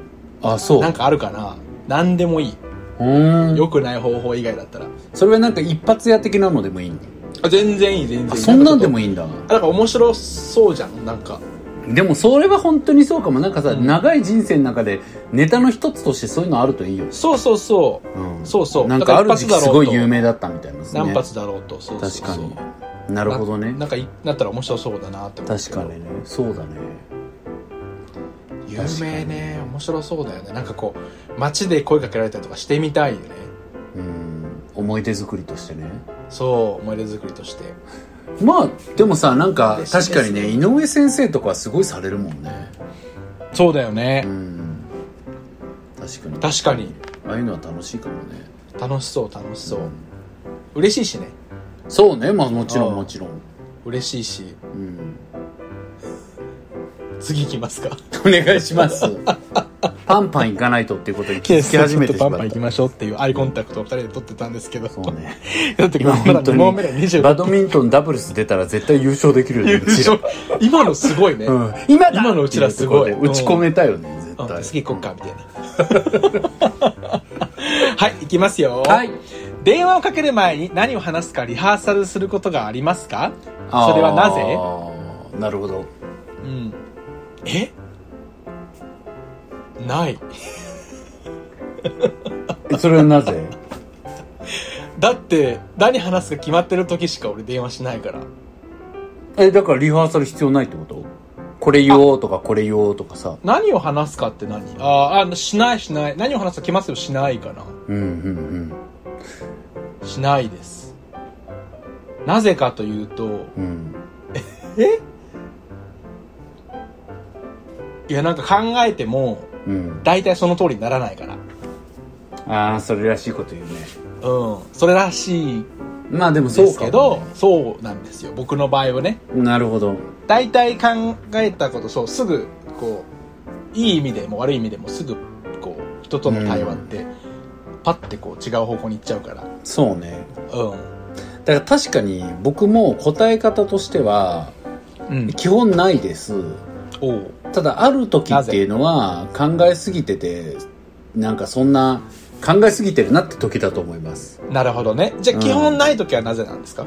S2: あそう
S1: なんかあるかな何でもいい。
S2: うーん
S1: 良くない方法以外だったら。
S2: それはなんか一発屋的なのでもいいの
S1: あ全然いい、全然い
S2: あ
S1: い。
S2: そんなんでもいいんだ
S1: あなんか面白そうじゃん、なんか。
S2: でもそれは本当にそうかもなんかさ、
S1: うん
S2: 長い人生の中でネタの一つとしてそういうのあるといいよね、
S1: そうそうそう。
S2: うん、
S1: そうそう。
S2: なんかあ
S1: だら
S2: る時
S1: 一発
S2: 期
S1: だろう
S2: す
S1: と
S2: ごい有。名だったみたいなんですね
S1: 何発だろうと。そうそう
S2: 確
S1: そう
S2: かになるほどね
S1: なんかい、なったら面白そうだなって思うけ
S2: 確
S1: ど
S2: かにねそうだね
S1: 有名ね面白そうだよねなんかこう街で声かけられたりとかしてみたいよね
S2: うん思い出作りとしてね
S1: そう思い出作りとして
S2: まあでもさなんか
S1: 嬉しいです
S2: 確かにね井上先生とかはすごいされるもんね
S1: そうだよね
S2: うん確かに
S1: 確かに
S2: ああいうのは楽しいかもね
S1: 楽しそう楽しそう、嬉しいしね
S2: そうねまあもちろ
S1: あ
S2: ん
S1: あ
S2: もちろん、
S1: 嬉しいし
S2: うん、
S1: 次行きますか
S2: お願いしますパンパン行かないとっていうことに気づき始めてしま
S1: パ
S2: っ
S1: ンパン行き
S2: た
S1: ましょうっていうアイコンタクトを2人で撮ってたんですけど
S2: そうね
S1: だって
S2: 今
S1: まだ
S2: 本当
S1: 2問目で
S2: にバ
S1: 25
S2: ドミントンダブルス出たら絶対優勝できるよね
S1: 優
S2: うちら
S1: 勝今のすごいね、
S2: うん、今だ
S1: 今のうちらすごい
S2: ってうところで打ち込めたよね
S1: う
S2: 絶
S1: ん
S2: 対
S1: 次行こっかみたいな はい行きますよ
S2: はい
S1: 電話をかける前に何を話すかリハーサルすることがありますかそれはなぜ
S2: なぜなるほど
S1: うんえない
S2: えそれはなぜ
S1: だって何話すか決まってる時しか俺電話しないから
S2: えだからリハーサル必要ないってことこれ言おうとかこれ言おうとかさ
S1: 何を話すかって何あーあしないしない何を話すか決まってるしないかな
S2: うんうん
S1: しないですなぜかというと
S2: うんうん
S1: えいやなんか考えても
S2: うん
S1: 大体その通りにならないから
S2: ああそれらしいこと言うね
S1: うんそれらしい
S2: まあでもそう
S1: で
S2: か
S1: すけどそうなんですよ僕の場合はね
S2: なるほど
S1: 大体考えたことそうすぐこういい意味でも悪い意味でもすぐこう人との対話って、パッてこう違う方向に行っちゃうから
S2: そうね
S1: う
S2: だから確かに僕も答え方としては
S1: んうん
S2: 基本ないです
S1: おう
S2: ただある時っていうのは考えすぎててなんかそんな考えすぎてるなって時だと思います
S1: なるほどねじゃあ基本ない時はなぜなんですか、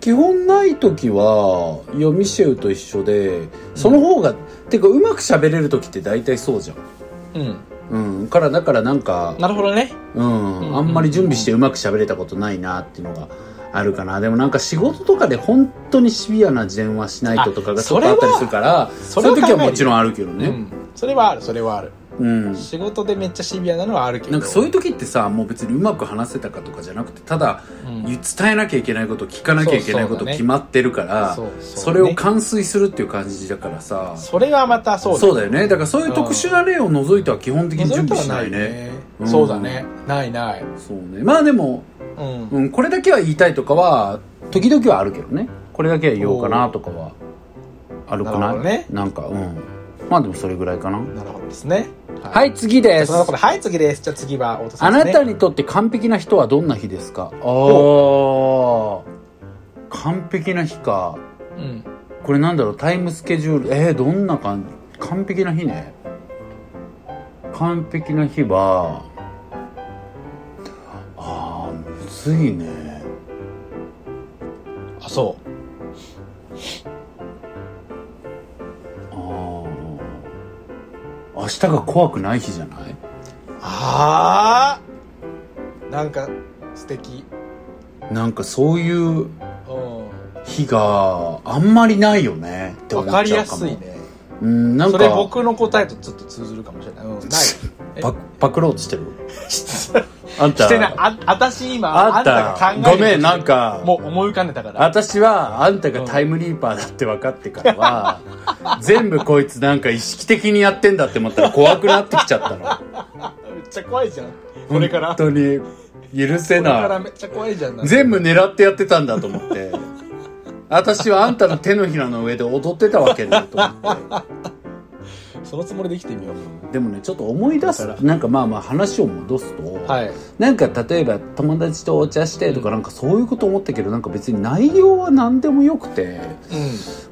S2: 基本ない時はいやミシェウと一緒でその方が、てかうまく喋れる時って大体そうじゃん
S1: うん
S2: うんからだからなんか
S1: なるほどね
S2: うんあんまり準備してうまく喋れたことないなっていうのがあるかなでもなんか仕事とかで本当にシビアな電話しないととかが
S1: あ
S2: ちょっとあったりするからそ
S1: それは
S2: ういう時は
S1: 考えるよ
S2: もちろんあるけど
S1: う
S2: ね
S1: んそれはあるそれはある
S2: うん
S1: 仕事でめっちゃシビアなのはあるけど
S2: なんかそういう
S1: と、
S2: 時ってさもう別にうまく話せたかとかじゃなくてただ
S1: うん
S2: 伝えなきゃいけないこと聞かなきゃいけないこ
S1: そうそうだ
S2: と
S1: ね
S2: 決まってるから
S1: そうそ
S2: そうれ
S1: ね
S2: を完遂するっていう感じだからさ
S1: それはまたそう
S2: そうだよねだからそういう特殊な例を除いては基本的に準備しない
S1: そういうことは
S2: ねうん
S1: そうだねないない
S2: そうねまあでも、
S1: うん
S2: うん、これだけは言いたいとかは時々はあるけどねこれだけは言おうかなとかはあるか
S1: なる
S2: な
S1: ほどね
S2: なんかうんまあでもそれぐらいかな
S1: なるほどですね
S2: はいい次で
S1: そ
S2: す
S1: のところではい次ですじゃあ次は太田さ
S2: あ
S1: んです、
S2: な
S1: ね、
S2: たにとって完璧な人はどんな日ですかああ完璧な日か
S1: うん
S2: これなんだろうタイムスケジュールえー、どんな感じ完璧な日ね完璧な日はあーむずいね
S1: あそう
S2: あー明日が怖くない日じゃない
S1: ああなんか素敵
S2: なんかそういう
S1: う
S2: 日があんまりないよねって
S1: ん
S2: 思
S1: わ
S2: っちゃ
S1: か
S2: うかも
S1: りやすいね
S2: うんなん
S1: そ
S2: か
S1: れ僕の答えとちょっと通ずるかもしれない、うん、ないえ
S2: パパクろうと してるあんた
S1: してないあ私今あ
S2: あ
S1: ん
S2: ん
S1: た
S2: た
S1: が考えて
S2: ごめんなんか
S1: もう思い浮かんでたから
S2: 私はあんたがタイムリーパーだって分かってから は、全部こいつなんか意識的にやってんだって思ったら怖くなってきちゃったの
S1: めっちゃ怖いじゃん これから
S2: 本当に許せ
S1: これから
S2: な
S1: めっちゃ怖いじゃん
S2: い全部狙ってやってたんだと思って私はあんたの手のひらの上で踊ってたわけだと思って
S1: そのつもりで生きてみよ
S2: でもねちょっと思い出す
S1: だか
S2: なんかまあまあ話を戻すと、
S1: うはい
S2: なんか例えば友達とお茶してとかなんかそういうこと思ったけどなんか別に内容は何でもよくて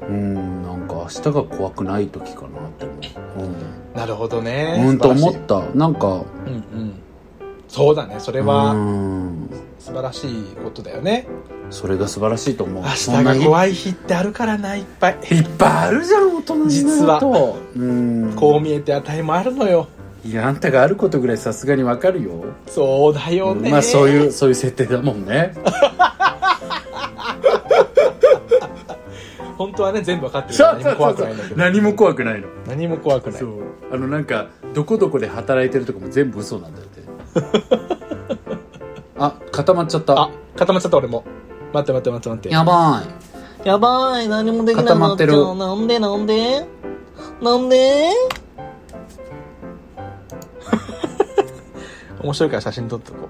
S1: う
S2: うんなんか明日が怖くない時かなって思う
S1: なるほど
S2: う
S1: ね。
S2: ん、うん、と
S1: 素晴ら
S2: 思
S1: しい
S2: ったなんか
S1: うんうん。そうだね。それ
S2: う
S1: は
S2: ん
S1: 素晴らしいことだよね。
S2: それが素晴らしいと思う
S1: 明日
S2: そんな
S1: が
S2: 日
S1: 怖い日ってあるからな、いっぱい。
S2: いっぱいあるじゃん大人になると
S1: 実は
S2: うん
S1: こう見えて値もあるのよ。
S2: いやあんたがあることぐらいさすがにわかるよ
S1: そうだよね。
S2: まあそういうそういう設定だもんね
S1: 本当はね、全部分かってる
S2: そ
S1: から
S2: うそう
S1: 何も
S2: そう
S1: 怖く
S2: そ
S1: ないんだけ
S2: う
S1: ど。
S2: 何も怖くないの
S1: 何も怖くない
S2: そ。うあのなんかどこどこで働いてるとかも全部嘘なんだよっ てあ固まっちゃった
S1: あ、固まっちゃった俺も。待って待って待って待って。
S2: やばい
S3: やばい、何もできなく
S2: 固ま
S3: なっ
S2: っ
S3: てて
S2: る
S3: る。なんでなんでなんで
S1: 面白いから写真撮っとこう。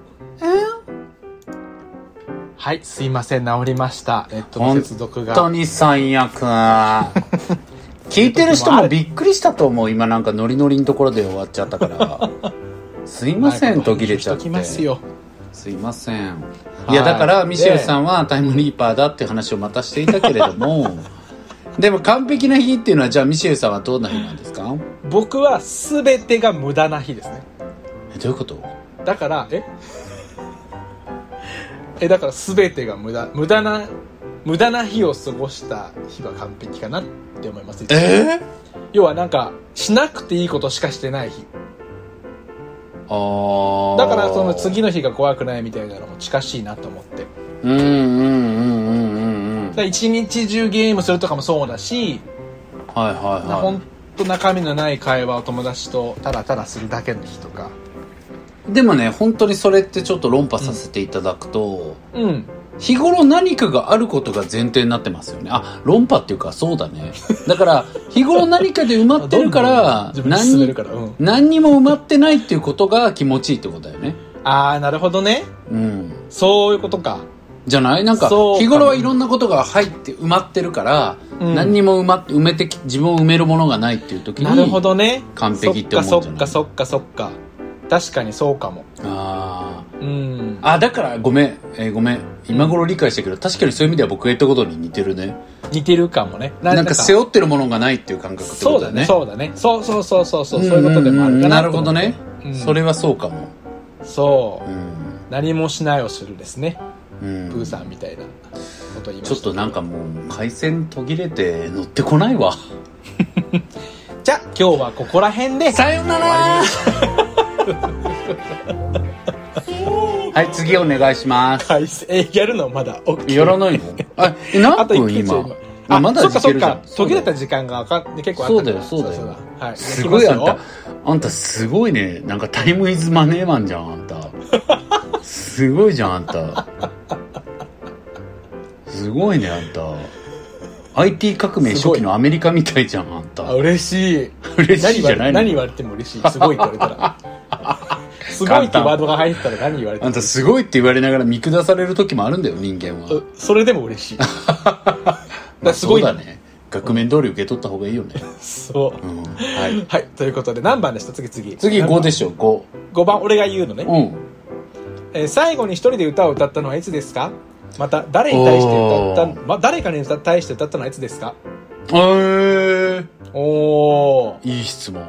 S1: はい、すいません、治りました。ネットの接続が。
S2: 本当に最悪 聞いてる人もびっくりしたと思う今なんかノリノリのところで終わっちゃったから すいません途切れちゃっ
S1: しときます
S2: て
S1: よ。
S2: すいません
S1: はい
S2: いやだからミシェルさ
S1: で
S2: んはタイムリーパーだっていう話をまたしていたけれどもでも完璧な日っていうのはじゃあミシェルさんはどんな日なんですか
S1: 僕は全てが無駄な日ですね。
S2: えどういうこと
S1: だから、ええ、だから全てが無駄、無駄な、無駄な日を過ごした日は完璧かなって思います。
S2: え
S1: 要はなんか、しなくていいことしかしてない日。
S2: ああ
S1: だからその次の日が怖くないみたいなのも近しいなと思って。だか
S2: うんうんうんうんうんうんはい
S1: ら一日中ゲームするとかもそうだし、
S2: はい
S1: な
S2: は
S1: ほんと中身のない会話を友達とただただするだけの日とか。
S2: いでもね本当にそれってちょっと論破させていただくと、
S1: うん。
S2: 日頃何かがあることが前提になってますよねあ論破っていうかそうだねだから日頃何かで埋まってるか ら
S1: 自分で進
S2: 何
S1: める
S2: に
S1: から。うん。
S2: 何にも埋まってないっていうことが気持ちいいってことだよね
S1: あー、なるほどね。
S2: うん
S1: そういうことか。
S2: じゃないなんか
S1: そうかも
S2: 日頃はいろんなことが入って埋まってるから、
S1: うん
S2: 何にも埋,、ま、埋めてき自分を埋めるものがないっていう時に
S1: なるほどね。
S2: 完璧って思うんじゃない
S1: そっかそっかそっかそっか。確かにそうかも。
S2: あー
S1: うん。
S2: あだからごめん、えーごめん今頃理解したけど、確かにそういう意味では僕が言ったことに似てるね
S1: 似てるかもね。
S2: なんか背
S1: 負
S2: 負ってるものがないっていう感覚ってこ
S1: そう
S2: と
S1: だ
S2: だ
S1: ね。
S2: ね
S1: そうだね。そうそうそうそうそう。そういうことでもあるかな
S2: なる
S1: と
S2: ほど
S1: 思って
S2: ね、
S1: うん
S2: それはそうかも
S1: そうう。
S2: ん、
S1: 何もしないをするですね。
S2: うん、
S1: プーさんみたいなこと言いま
S2: ちょっ
S1: した。
S2: となんかもう回線途切れて乗ってこないわ
S1: じゃあ今日はここら辺で。
S2: さよなら はい次お願いし ます
S1: はい、え、やるのまだ OK。
S2: やらないのあえ
S1: あ
S2: 何
S1: と1
S2: 分
S1: 分
S2: 今
S1: 今。
S2: あ
S1: あ、
S2: まだ
S1: そっか
S2: いけ
S1: そっ
S2: るじゃ
S1: か
S2: ん。
S1: 途切れた
S2: そう
S1: 時間がわかん結構あ
S2: そう
S1: っ
S2: だ
S1: たか
S2: よ
S1: ら
S2: そうだよ
S1: だはい。
S2: すごい
S1: や
S2: あ
S1: り
S2: ん
S1: ますよ
S2: たあんたすごいねなんかタイムイズマネーマンじゃんあんたすごいじゃんあんたすごいねあんた IT 革命初期のアメリカみたいじゃんあんた
S1: あ嬉しい。
S2: 嬉しいじゃないの
S1: 何言われ何言われても嬉しい。すごいって言われた ら。すごいってワードが入ってたら何言われて
S2: あ
S1: も
S2: んたすごいって言われながら見下される時もあるんだよ人間は、
S1: うそれでも 嬉しい。だからすごい
S2: まあそうだね額面通り受け取った方がいいよね、
S1: そう
S2: うんはい、
S1: はい、ということで何番でした次次。。
S2: 次5ですしょ5
S1: 5番俺が言うのね、
S2: うん
S1: えー最後に一人で歌を歌ったのはいつですかまた誰に対して歌った、まあ、誰かに歌対して歌ったのはいつですか
S2: えー、
S1: おー。
S2: いい質問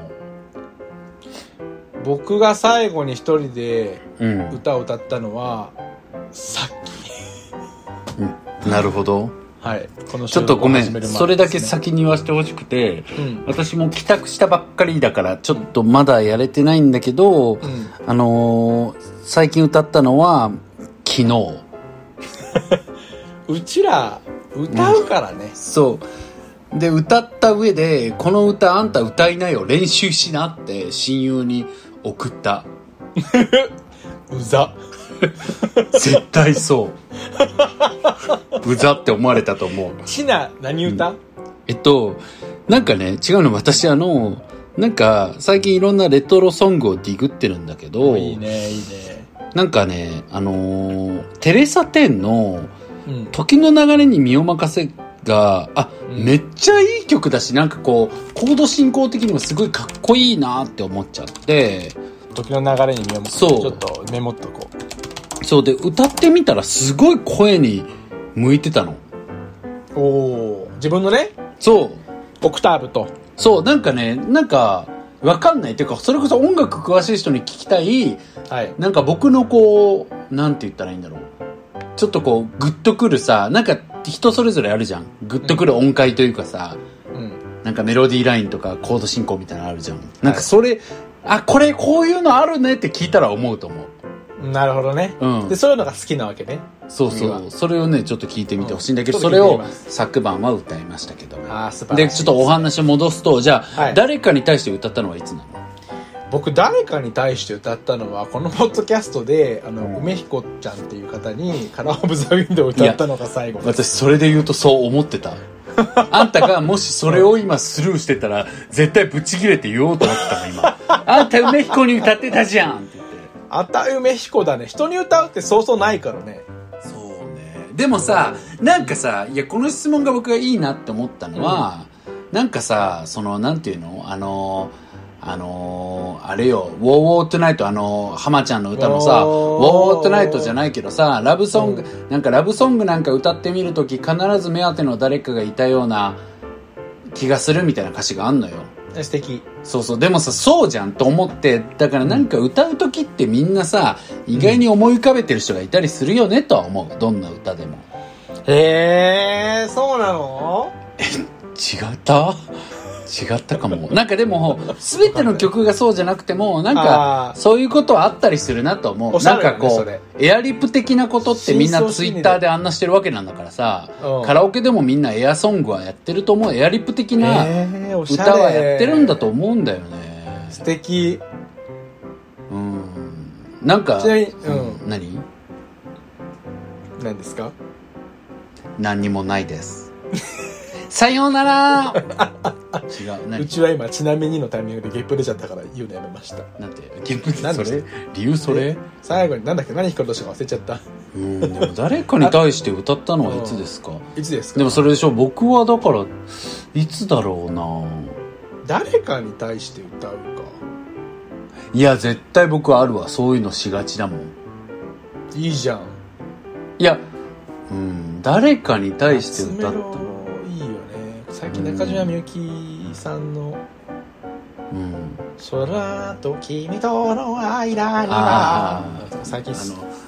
S1: 僕が最後に一人で
S2: うん
S1: 歌を歌ったのは、さっき。
S2: なるほど
S1: はい。この
S2: ち
S1: 収
S2: ょっと
S1: 録
S2: ご
S1: を
S2: め
S1: 始め
S2: ん、
S1: る前ですね
S2: それだけ先に言わせてほしくて
S1: うん。
S2: 私も帰宅したばっかりだからちょっとまだやれてないんだけど、
S1: うん。
S2: あのー最近歌ったのは昨日
S1: うちら歌うからね、
S2: そうで歌った上でこの歌あんた歌いなよ練習しなって親友に送った
S1: うざ
S2: 絶対そうう ざって思われたと思う
S1: ちな何歌、
S2: えっとなんかね違うの私あのなんか最近いろんなレトロソングをディグってるんだけど
S1: いいねいいね
S2: なんかねあのーテレサ・テンの
S1: うん
S2: 「時の流れに身を任せ」があ、
S1: うん
S2: めっちゃいい曲だしなんかこうコード進行的にもすごいかっこいいなって思っちゃって
S1: 時の流れに身をも
S2: そう
S1: ちょっとメモっとこ
S2: そうで歌ってみたらすごい声に向いてたの
S1: うおお自分のね
S2: そう
S1: オクターブと
S2: そうなんかねなんかわかんないっていうかそれこそ音楽詳しい人に聞きたい
S1: はい
S2: なんか僕のこうなんて言ったらいいんだろうちょっとこうグッとくるさなんか人それぞれあるじゃんグッとくる音階というかさ、
S1: うん
S2: なんかメロディーラインとかコード進行みたいなのあるじゃんなんかそれ、あこれこういうのあるねって聞いたら思うと思う
S1: なるほどね、
S2: うん
S1: でそういうのが好きなわけね
S2: そう
S1: 君
S2: そ
S1: は
S2: うそれをねちょっと聞いてみてほしいんだけど、
S1: うん
S2: それ
S1: ちょっ
S2: を
S1: と聞いてみます
S2: 昨晩は歌いましたけど
S1: ああ素晴らしい
S2: でちょっとお話戻すとじゃあ、
S1: はい
S2: 誰かに対して歌ったのはいつなの
S1: 僕誰かに対して歌ったのはこのポッドキャストであの、
S2: うん
S1: 梅彦ちゃんっていう方に「カラー・オブ・ザ・ウィンドウ」歌ったのが最後
S2: 私それで言うとそう思ってたあんたがもしそれを今スルーしてたら絶対ブチ切れて言おうと思ってたの今あんた梅彦に歌ってたじゃんって言って
S1: あた梅彦だね人に歌うってそうそうないからね
S2: そうねでもさなんかさいやこの質問が僕がいいなって思ったのは、なんかさそのなんていうのあのあのあれよ「ウォーウォートナイト」あの浜ちゃんの歌のさ「ウォー
S1: おー
S2: ウォートナイト」じゃないけどさラブソング、なんかラブソングなんか歌ってみる時必ず目当ての誰かがいたような気がするみたいな歌詞があんのよ
S1: え素敵
S2: そうそうでもさそうじゃんと思ってだからなんか歌う時ってみんなさ意外に思い浮かべてる人がいたりするよねとは思うどんな歌でも
S1: へえそうなの
S2: 違った違った かもなんかでも全ての曲がそうじゃなくてもなんか
S1: あー
S2: そういうことはあったりするなと思
S1: お
S2: う
S1: しゃ
S2: な
S1: れ
S2: ん
S1: だ
S2: か
S1: ね
S2: こ
S1: それ
S2: うエアリップ的なことってみんな
S1: 深層
S2: ツイ
S1: 心理
S2: ッターであんなしてるわけなんだからさ
S1: うん
S2: カラオケでもみんなエアソングはやってると思うエアリップ的な
S1: えー、おしゃれ
S2: 歌はやってるんだと思うんだよね
S1: 素敵
S2: うんなんか
S1: ちなみにうん
S2: うん何
S1: なんですか
S2: 何にもないです。 さようなら違う、
S1: う
S2: 何
S1: ちは今ちなみにのタイミングでゲップ出ちゃったから言うのやめました
S2: なんて、ゲーム
S1: 何
S2: そ
S1: で
S2: れ理由それ
S1: 最後になんだっけ何光るとしたか忘れちゃった
S2: うん、でも誰かに対して歌ったのはいつですか
S1: いつですか
S2: でもそれでしょ、僕はだから、いつだろうな
S1: 誰かに対して歌うか
S2: いや、絶対僕あるわ。そういうのしがちだもん。
S1: いいじゃん
S2: いや、うん、誰かに対して歌った
S1: 夏メ。ロいいよね最近中島みゆきさんの
S2: うん。
S1: 「空と君との間に
S2: あ
S1: は」最近
S2: あ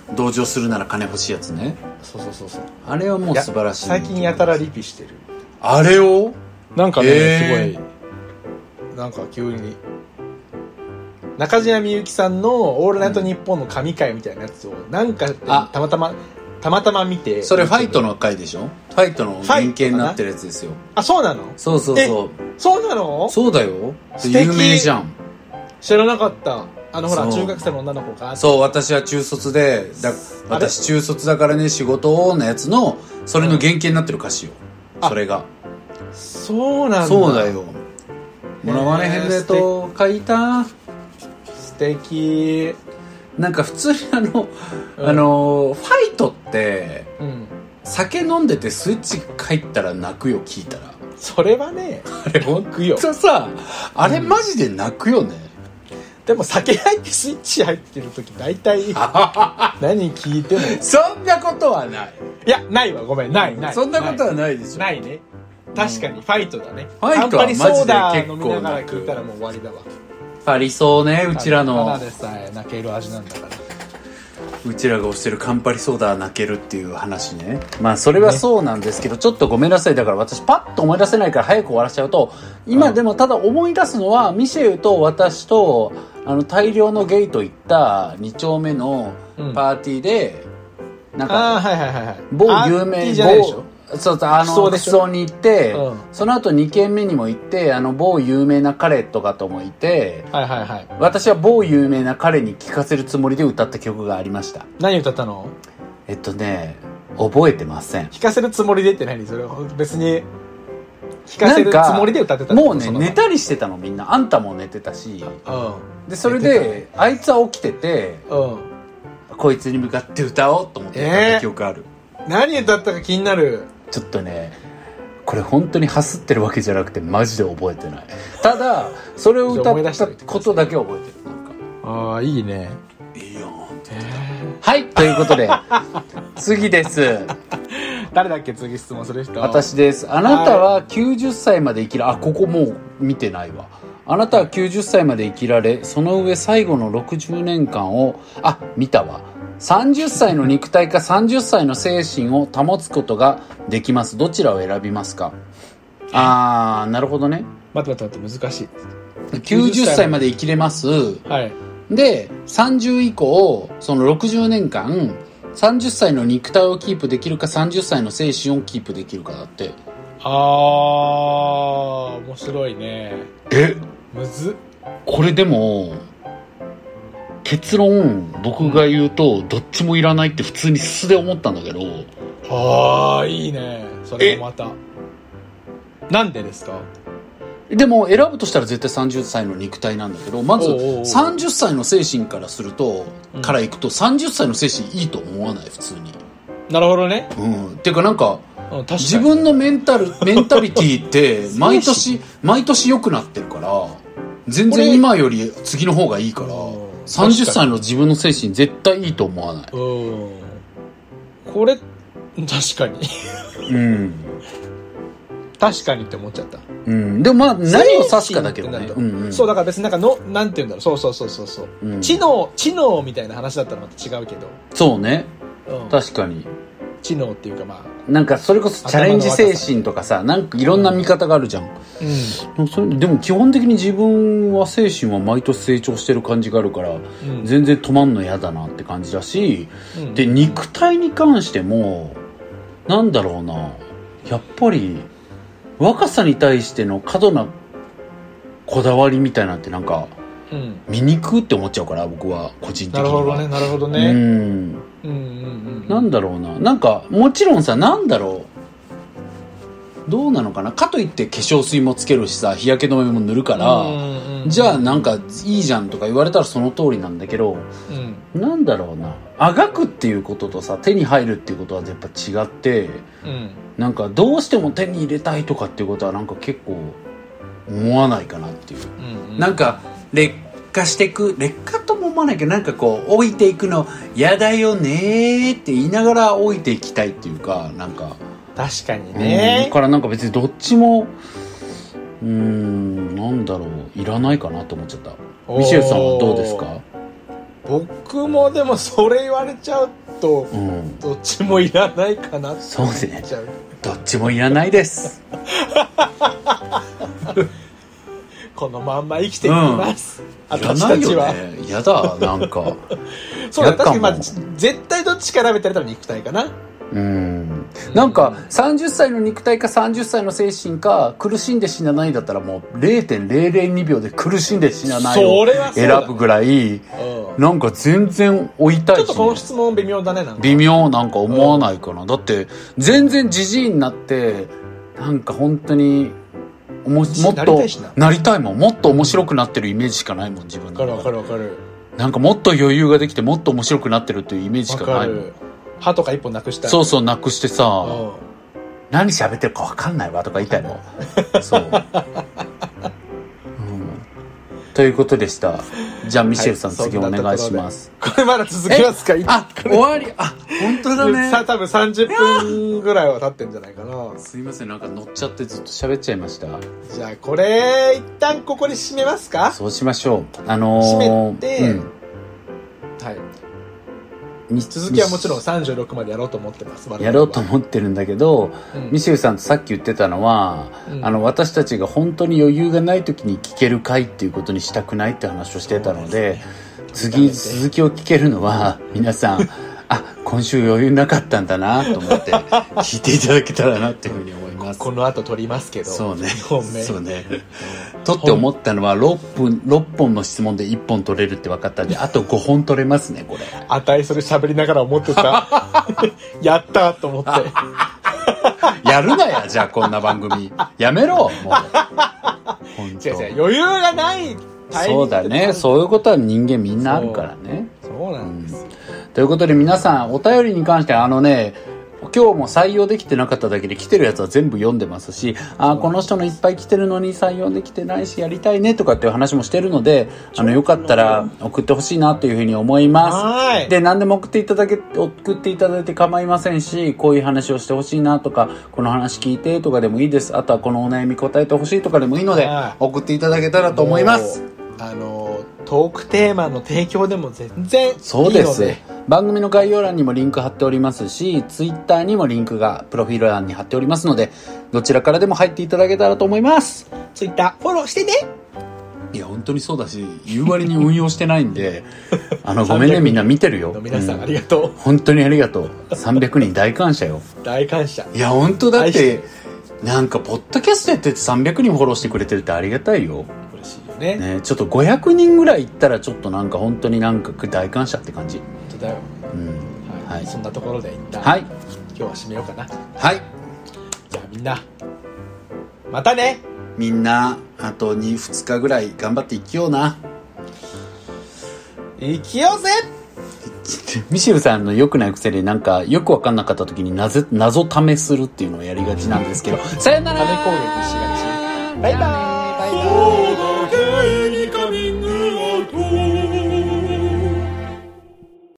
S2: の、同情するなら金欲しいやつね。
S1: そうそうそうそう
S2: あれはもう素晴らしい。
S1: 最近やたらリピしてる
S2: あれを
S1: なんかね、
S2: えー
S1: すごいなんか急に中島みゆきさんの「オールナイトニッポン」の神回みたいなやつをなんか
S2: あ
S1: たまたまたまたま見て
S2: それファイトの回でしょファイトの原型になってるやつですよ
S1: あそうなの
S2: そうそうそう
S1: そうなの
S2: そうだよ
S1: 素敵
S2: 有名じゃん
S1: 知らなかったあのほら
S2: そう
S1: 中学生の女の子が
S2: そう私は中卒でだ
S1: あれ
S2: 私中卒だからね仕事をのやつのそれの原型になってる歌詞よそれが
S1: そうなんだ
S2: そうだよ「
S1: へー
S2: もらわれへんで」と書いた
S1: 素敵
S2: なんか普通にあの、
S1: うん
S2: あのファイトって
S1: うん
S2: 酒飲んでてスイッチ入ったら泣くよ聞いたら
S1: それはね
S2: あれほん
S1: くよ
S2: とさあれマジで泣くよね、
S1: でも酒入ってスイッチ入ってる時大体 何聞いても
S2: そんなことはない
S1: いやないわごめんないない
S2: そんなことはないでしょ
S1: ないね確かにファイトだね、
S2: ファイトは
S1: カンパニソーダ
S2: マジで
S1: 飲
S2: 結
S1: み
S2: 構
S1: ながら聞いたらもう終わりだわ
S2: ありそうねうちら
S1: ただ
S2: の
S1: でさえ泣ける味なんだから
S2: うちらが推してるカンパリソーダは泣けるっていう話ねまあそれはそうなんですけど、ちょっとごめんなさいだから私パッと思い出せないから早く終わらせちゃうと今でもただ思い出すのはミシェルと私とあの大量のゲイと行った2丁目の
S1: うん
S2: パーティーで、なんか
S1: ああはいはいはいはい
S2: 某
S1: あ
S2: 有
S1: ティ
S2: 名
S1: ーじゃないでしょ
S2: 某そうそうあ
S1: クソ
S2: のク
S1: でしょ
S2: ソに行って、
S1: うん
S2: その後2軒目にも行ってあの某有名な彼とかともいて
S1: はいはいはい
S2: 私は某有名な彼に聞かせるつもりで歌った曲がありました
S1: 何歌ったの
S2: えっとね覚えてません
S1: 聞かせるつもりでって何それ別に聞かせるつもりで歌ってたの
S2: もうね
S1: その
S2: 寝たりしてたのみんなあんたも寝てたし
S1: う
S2: でそれ
S1: 寝てた
S2: であいつは起きてて
S1: んうん
S2: こいつに向かって歌おうと思って歌った記憶ある、
S1: 何歌ったか気になる
S2: ちょっとねこれ本当にハスってるわけじゃなくてマジで覚えてないただそれを歌ったことだけ覚えてるなんか
S1: ああいいね
S2: いいよはいということで次です
S1: 誰だっけ次質問する人
S2: 私ですあなたは90歳まで生きらあここもう見てないわあなたは90歳まで生きられその上最後の60年間をあ見たわ30歳の肉体か30歳の精神を保つことができますどちらを選びますかあーなるほどね
S1: 待って待って待って難しい
S2: 90歳まで生きれます
S1: はい
S2: で30以降その60年間30歳の肉体をキープできるか30歳の精神をキープできるかだって
S1: あー面白いね
S2: え
S1: むずっ
S2: これでも結論僕が言うとどっちもいらないって普通に素で思ったんだけど
S1: あーいいねそれもまたなんでですか
S2: でも選ぶとしたら絶対30歳の肉体なんだけどまず
S1: おうおうおう
S2: 30歳の精神からすると、
S1: うん
S2: からいくと30歳の精神いいと思わない普通に。
S1: なるほどね、
S2: うん、っていうかなんか
S1: うん、確かに
S2: 自分のメンタ ルメンタリティって毎年毎年良くなってるから全
S1: これ
S2: 然今より次の方がいいから
S1: うん
S2: 30
S1: 確か
S2: 歳の自分の精神絶対いいと思わない。
S1: うんこれ確かに
S2: うん
S1: 確かにって思っちゃった
S2: うん、でもまあ何を指すかだけど
S1: 精
S2: ね
S1: 神ってなる。と
S2: うんうん
S1: そうだから別になんかのなんて言うんだろうそうそうそうそうそう、
S2: うん
S1: 知能知能みたいな話だったらまた違うけど、
S2: そうね
S1: うん、
S2: 確かに
S1: 知能っていうかまあ
S2: なんかそれこそチャレンジ精神とかさなんかいろんな見方があるじゃん、
S1: う
S2: でもそれでも基本的に自分は精神は毎年成長してる感じがあるから
S1: んうん
S2: 全然止まんの嫌だなって感じだし
S1: うん
S2: で肉体に関してもなんだろうなやっぱり若さに対しての過度なこだわりみたいなんてなんか
S1: うん
S2: 醜って思っちゃうから僕は個人的
S1: な
S2: に
S1: る
S2: は
S1: ほどねなるほど
S2: う
S1: ね、
S2: ん
S1: うん、うんうんうん
S2: なんだろうななんかもちろんさなんだろうどうなのかなかといって化粧水もつけるしさ日焼け止めも塗るから、
S1: うんうん
S2: じゃあなんかいいじゃんとか言われたらその通りなんだけど
S1: うん
S2: なんだろうなあがくっていうこととさ手に入るっていうことはやっぱ違って
S1: うん
S2: なんかどうしても手に入れたいとかっていうことはなんか結構思わないかなっていう。
S1: うん
S2: なんか劣化していく劣化とも思わないけどなんかこう置いていくの嫌だよねーって言いながら置いていきたいっていうかなんか、
S1: 確かに
S2: うん
S1: ね
S2: だからなんか別にどっちもうーんなんだろういらないかなと思っちゃったミシェルさんはどうですか
S1: 僕もでもそれ言われちゃうと
S2: うん
S1: どっちもいらないかなって
S2: そうね
S1: 思っちゃう
S2: どっちもいらないです
S1: このまんま生きていきます、私たち
S2: いら
S1: は、
S2: ないよね嫌だなんか
S1: そうだ確かにまあ
S2: やっか
S1: 絶対どっちか選べたら多分肉体かな
S2: うんなんか30歳の肉体か30歳の精神か苦しんで死なないだったらもう0.002秒で苦しんで死なない
S1: そ
S2: を
S1: れはそうだ
S2: 選ぶぐらい
S1: うん
S2: なんか全然追いた
S1: ちょ
S2: い
S1: っと
S2: し
S1: この質問微妙だねなんか
S2: 微妙なんか思わないかなだって全然じじいになってなんか本当におももっ
S1: なり
S2: と
S1: たいしな
S2: なりたいもんもっと面白くなってるイメージしかないもん自分
S1: わかるわか
S2: る
S1: るわかる
S2: なんかもっと余裕ができてもっと面白くなってるっていうイメージし
S1: わ
S2: かな
S1: か
S2: いもん
S1: る歯とか一本なくしたい
S2: そうそうなくしてさ、
S1: うん
S2: 何喋ってるか分かんないわとか言いたいのそう、うんということでしたじゃあミシェルさん、
S1: はい
S2: 次お願いします
S1: これまだ続きますか
S2: あ終わりあ本当
S1: さ多分30分ぐらいは経ってんじゃないかな
S2: すいませんなんか乗っちゃってずっと喋っちゃいました
S1: じゃあこれ一旦ここで締めますか
S2: そうしましょうあのー、
S1: 締めてはい
S2: うんみ
S1: 続きはもちろん36までやろうと思ってます
S2: やろうと思ってるんだけど、
S1: うん
S2: ミシェルさんとさっき言ってたのは、
S1: うん
S2: あの私たちが本当に余裕がない時に聞ける回っていうことにしたくないって話をしてたので次続きを聞けるのは皆さんあ今週余裕なかったんだなと思 って聞いていただけたらなっていうふうに思います
S1: この後撮りますけど
S2: そうね
S1: 2本目
S2: そうねとって思ったのは6分6本の質問で1本取れるって分かったんであと5本取れますねこれ
S1: 値それ喋りながら思ってた やったと思って
S2: やるなやじゃあこんな番組やめろもう本当
S1: 違う違う余裕がないタイミ
S2: そ
S1: ング
S2: うだね。
S1: う
S2: そういうことは人間みんなあるからね。
S1: そうなんですよ
S2: ということで皆さん、お便りに関してはあのね、今日も採用できてなかっただけで来てるやつは全部読んでますしあーこの人のいっぱい来てるのに採用できてないしやりたいねとかっていう話もしてるのであのよかったら送ってほしいなというふうに思います。
S1: はーい
S2: で何でも送っていただけ送っていただいて構いませんしこういう話をしてほしいなとかこの話聞いてとかでもいいですあとはこのお悩み答えてほしいとかでもいいので
S1: は
S2: 送っていただけたらと思います
S1: も。う。あの、トークテーマの提供でも全然いいので。
S2: そうです番組の概要欄にもリンク貼っておりますしツイッターにもリンクがプロフィール欄に貼っておりますのでどちらからでも入っていただけたらと思います
S1: ツイッターフォローしてね。
S2: いや本当にそうだし言う割に運用してないんで あのごめんねみんな見て るよ
S1: の皆さんあり
S2: がと
S1: がとう。
S2: うん本当にありがとう300人大感謝よ
S1: 大感謝。
S2: いや本当だっ
S1: 愛して
S2: てなんかポッドキャストやってて300人フォローしてくれてるってありがたいよ、
S1: 嬉しいよね。
S2: ね、ちょっと500人ぐらいいったらちょっとなんか本当になんか大感謝って感じ
S1: 本当だよ。
S2: うん
S1: は。
S2: はいい
S1: そんなところで一旦、
S2: はい
S1: 今日は締めようかな。じ
S2: はい
S1: ゃあみんな、またね
S2: みんなあと 2, 2日ぐらい頑張って生きような
S1: 生きようぜ
S2: ミシェルさんの良くない癖でなんかよく分かんなかった時になぜ謎試するっていうのをやりがちなんですけどさよなら
S1: 壁攻撃しがちバイバーイ
S2: バイバイ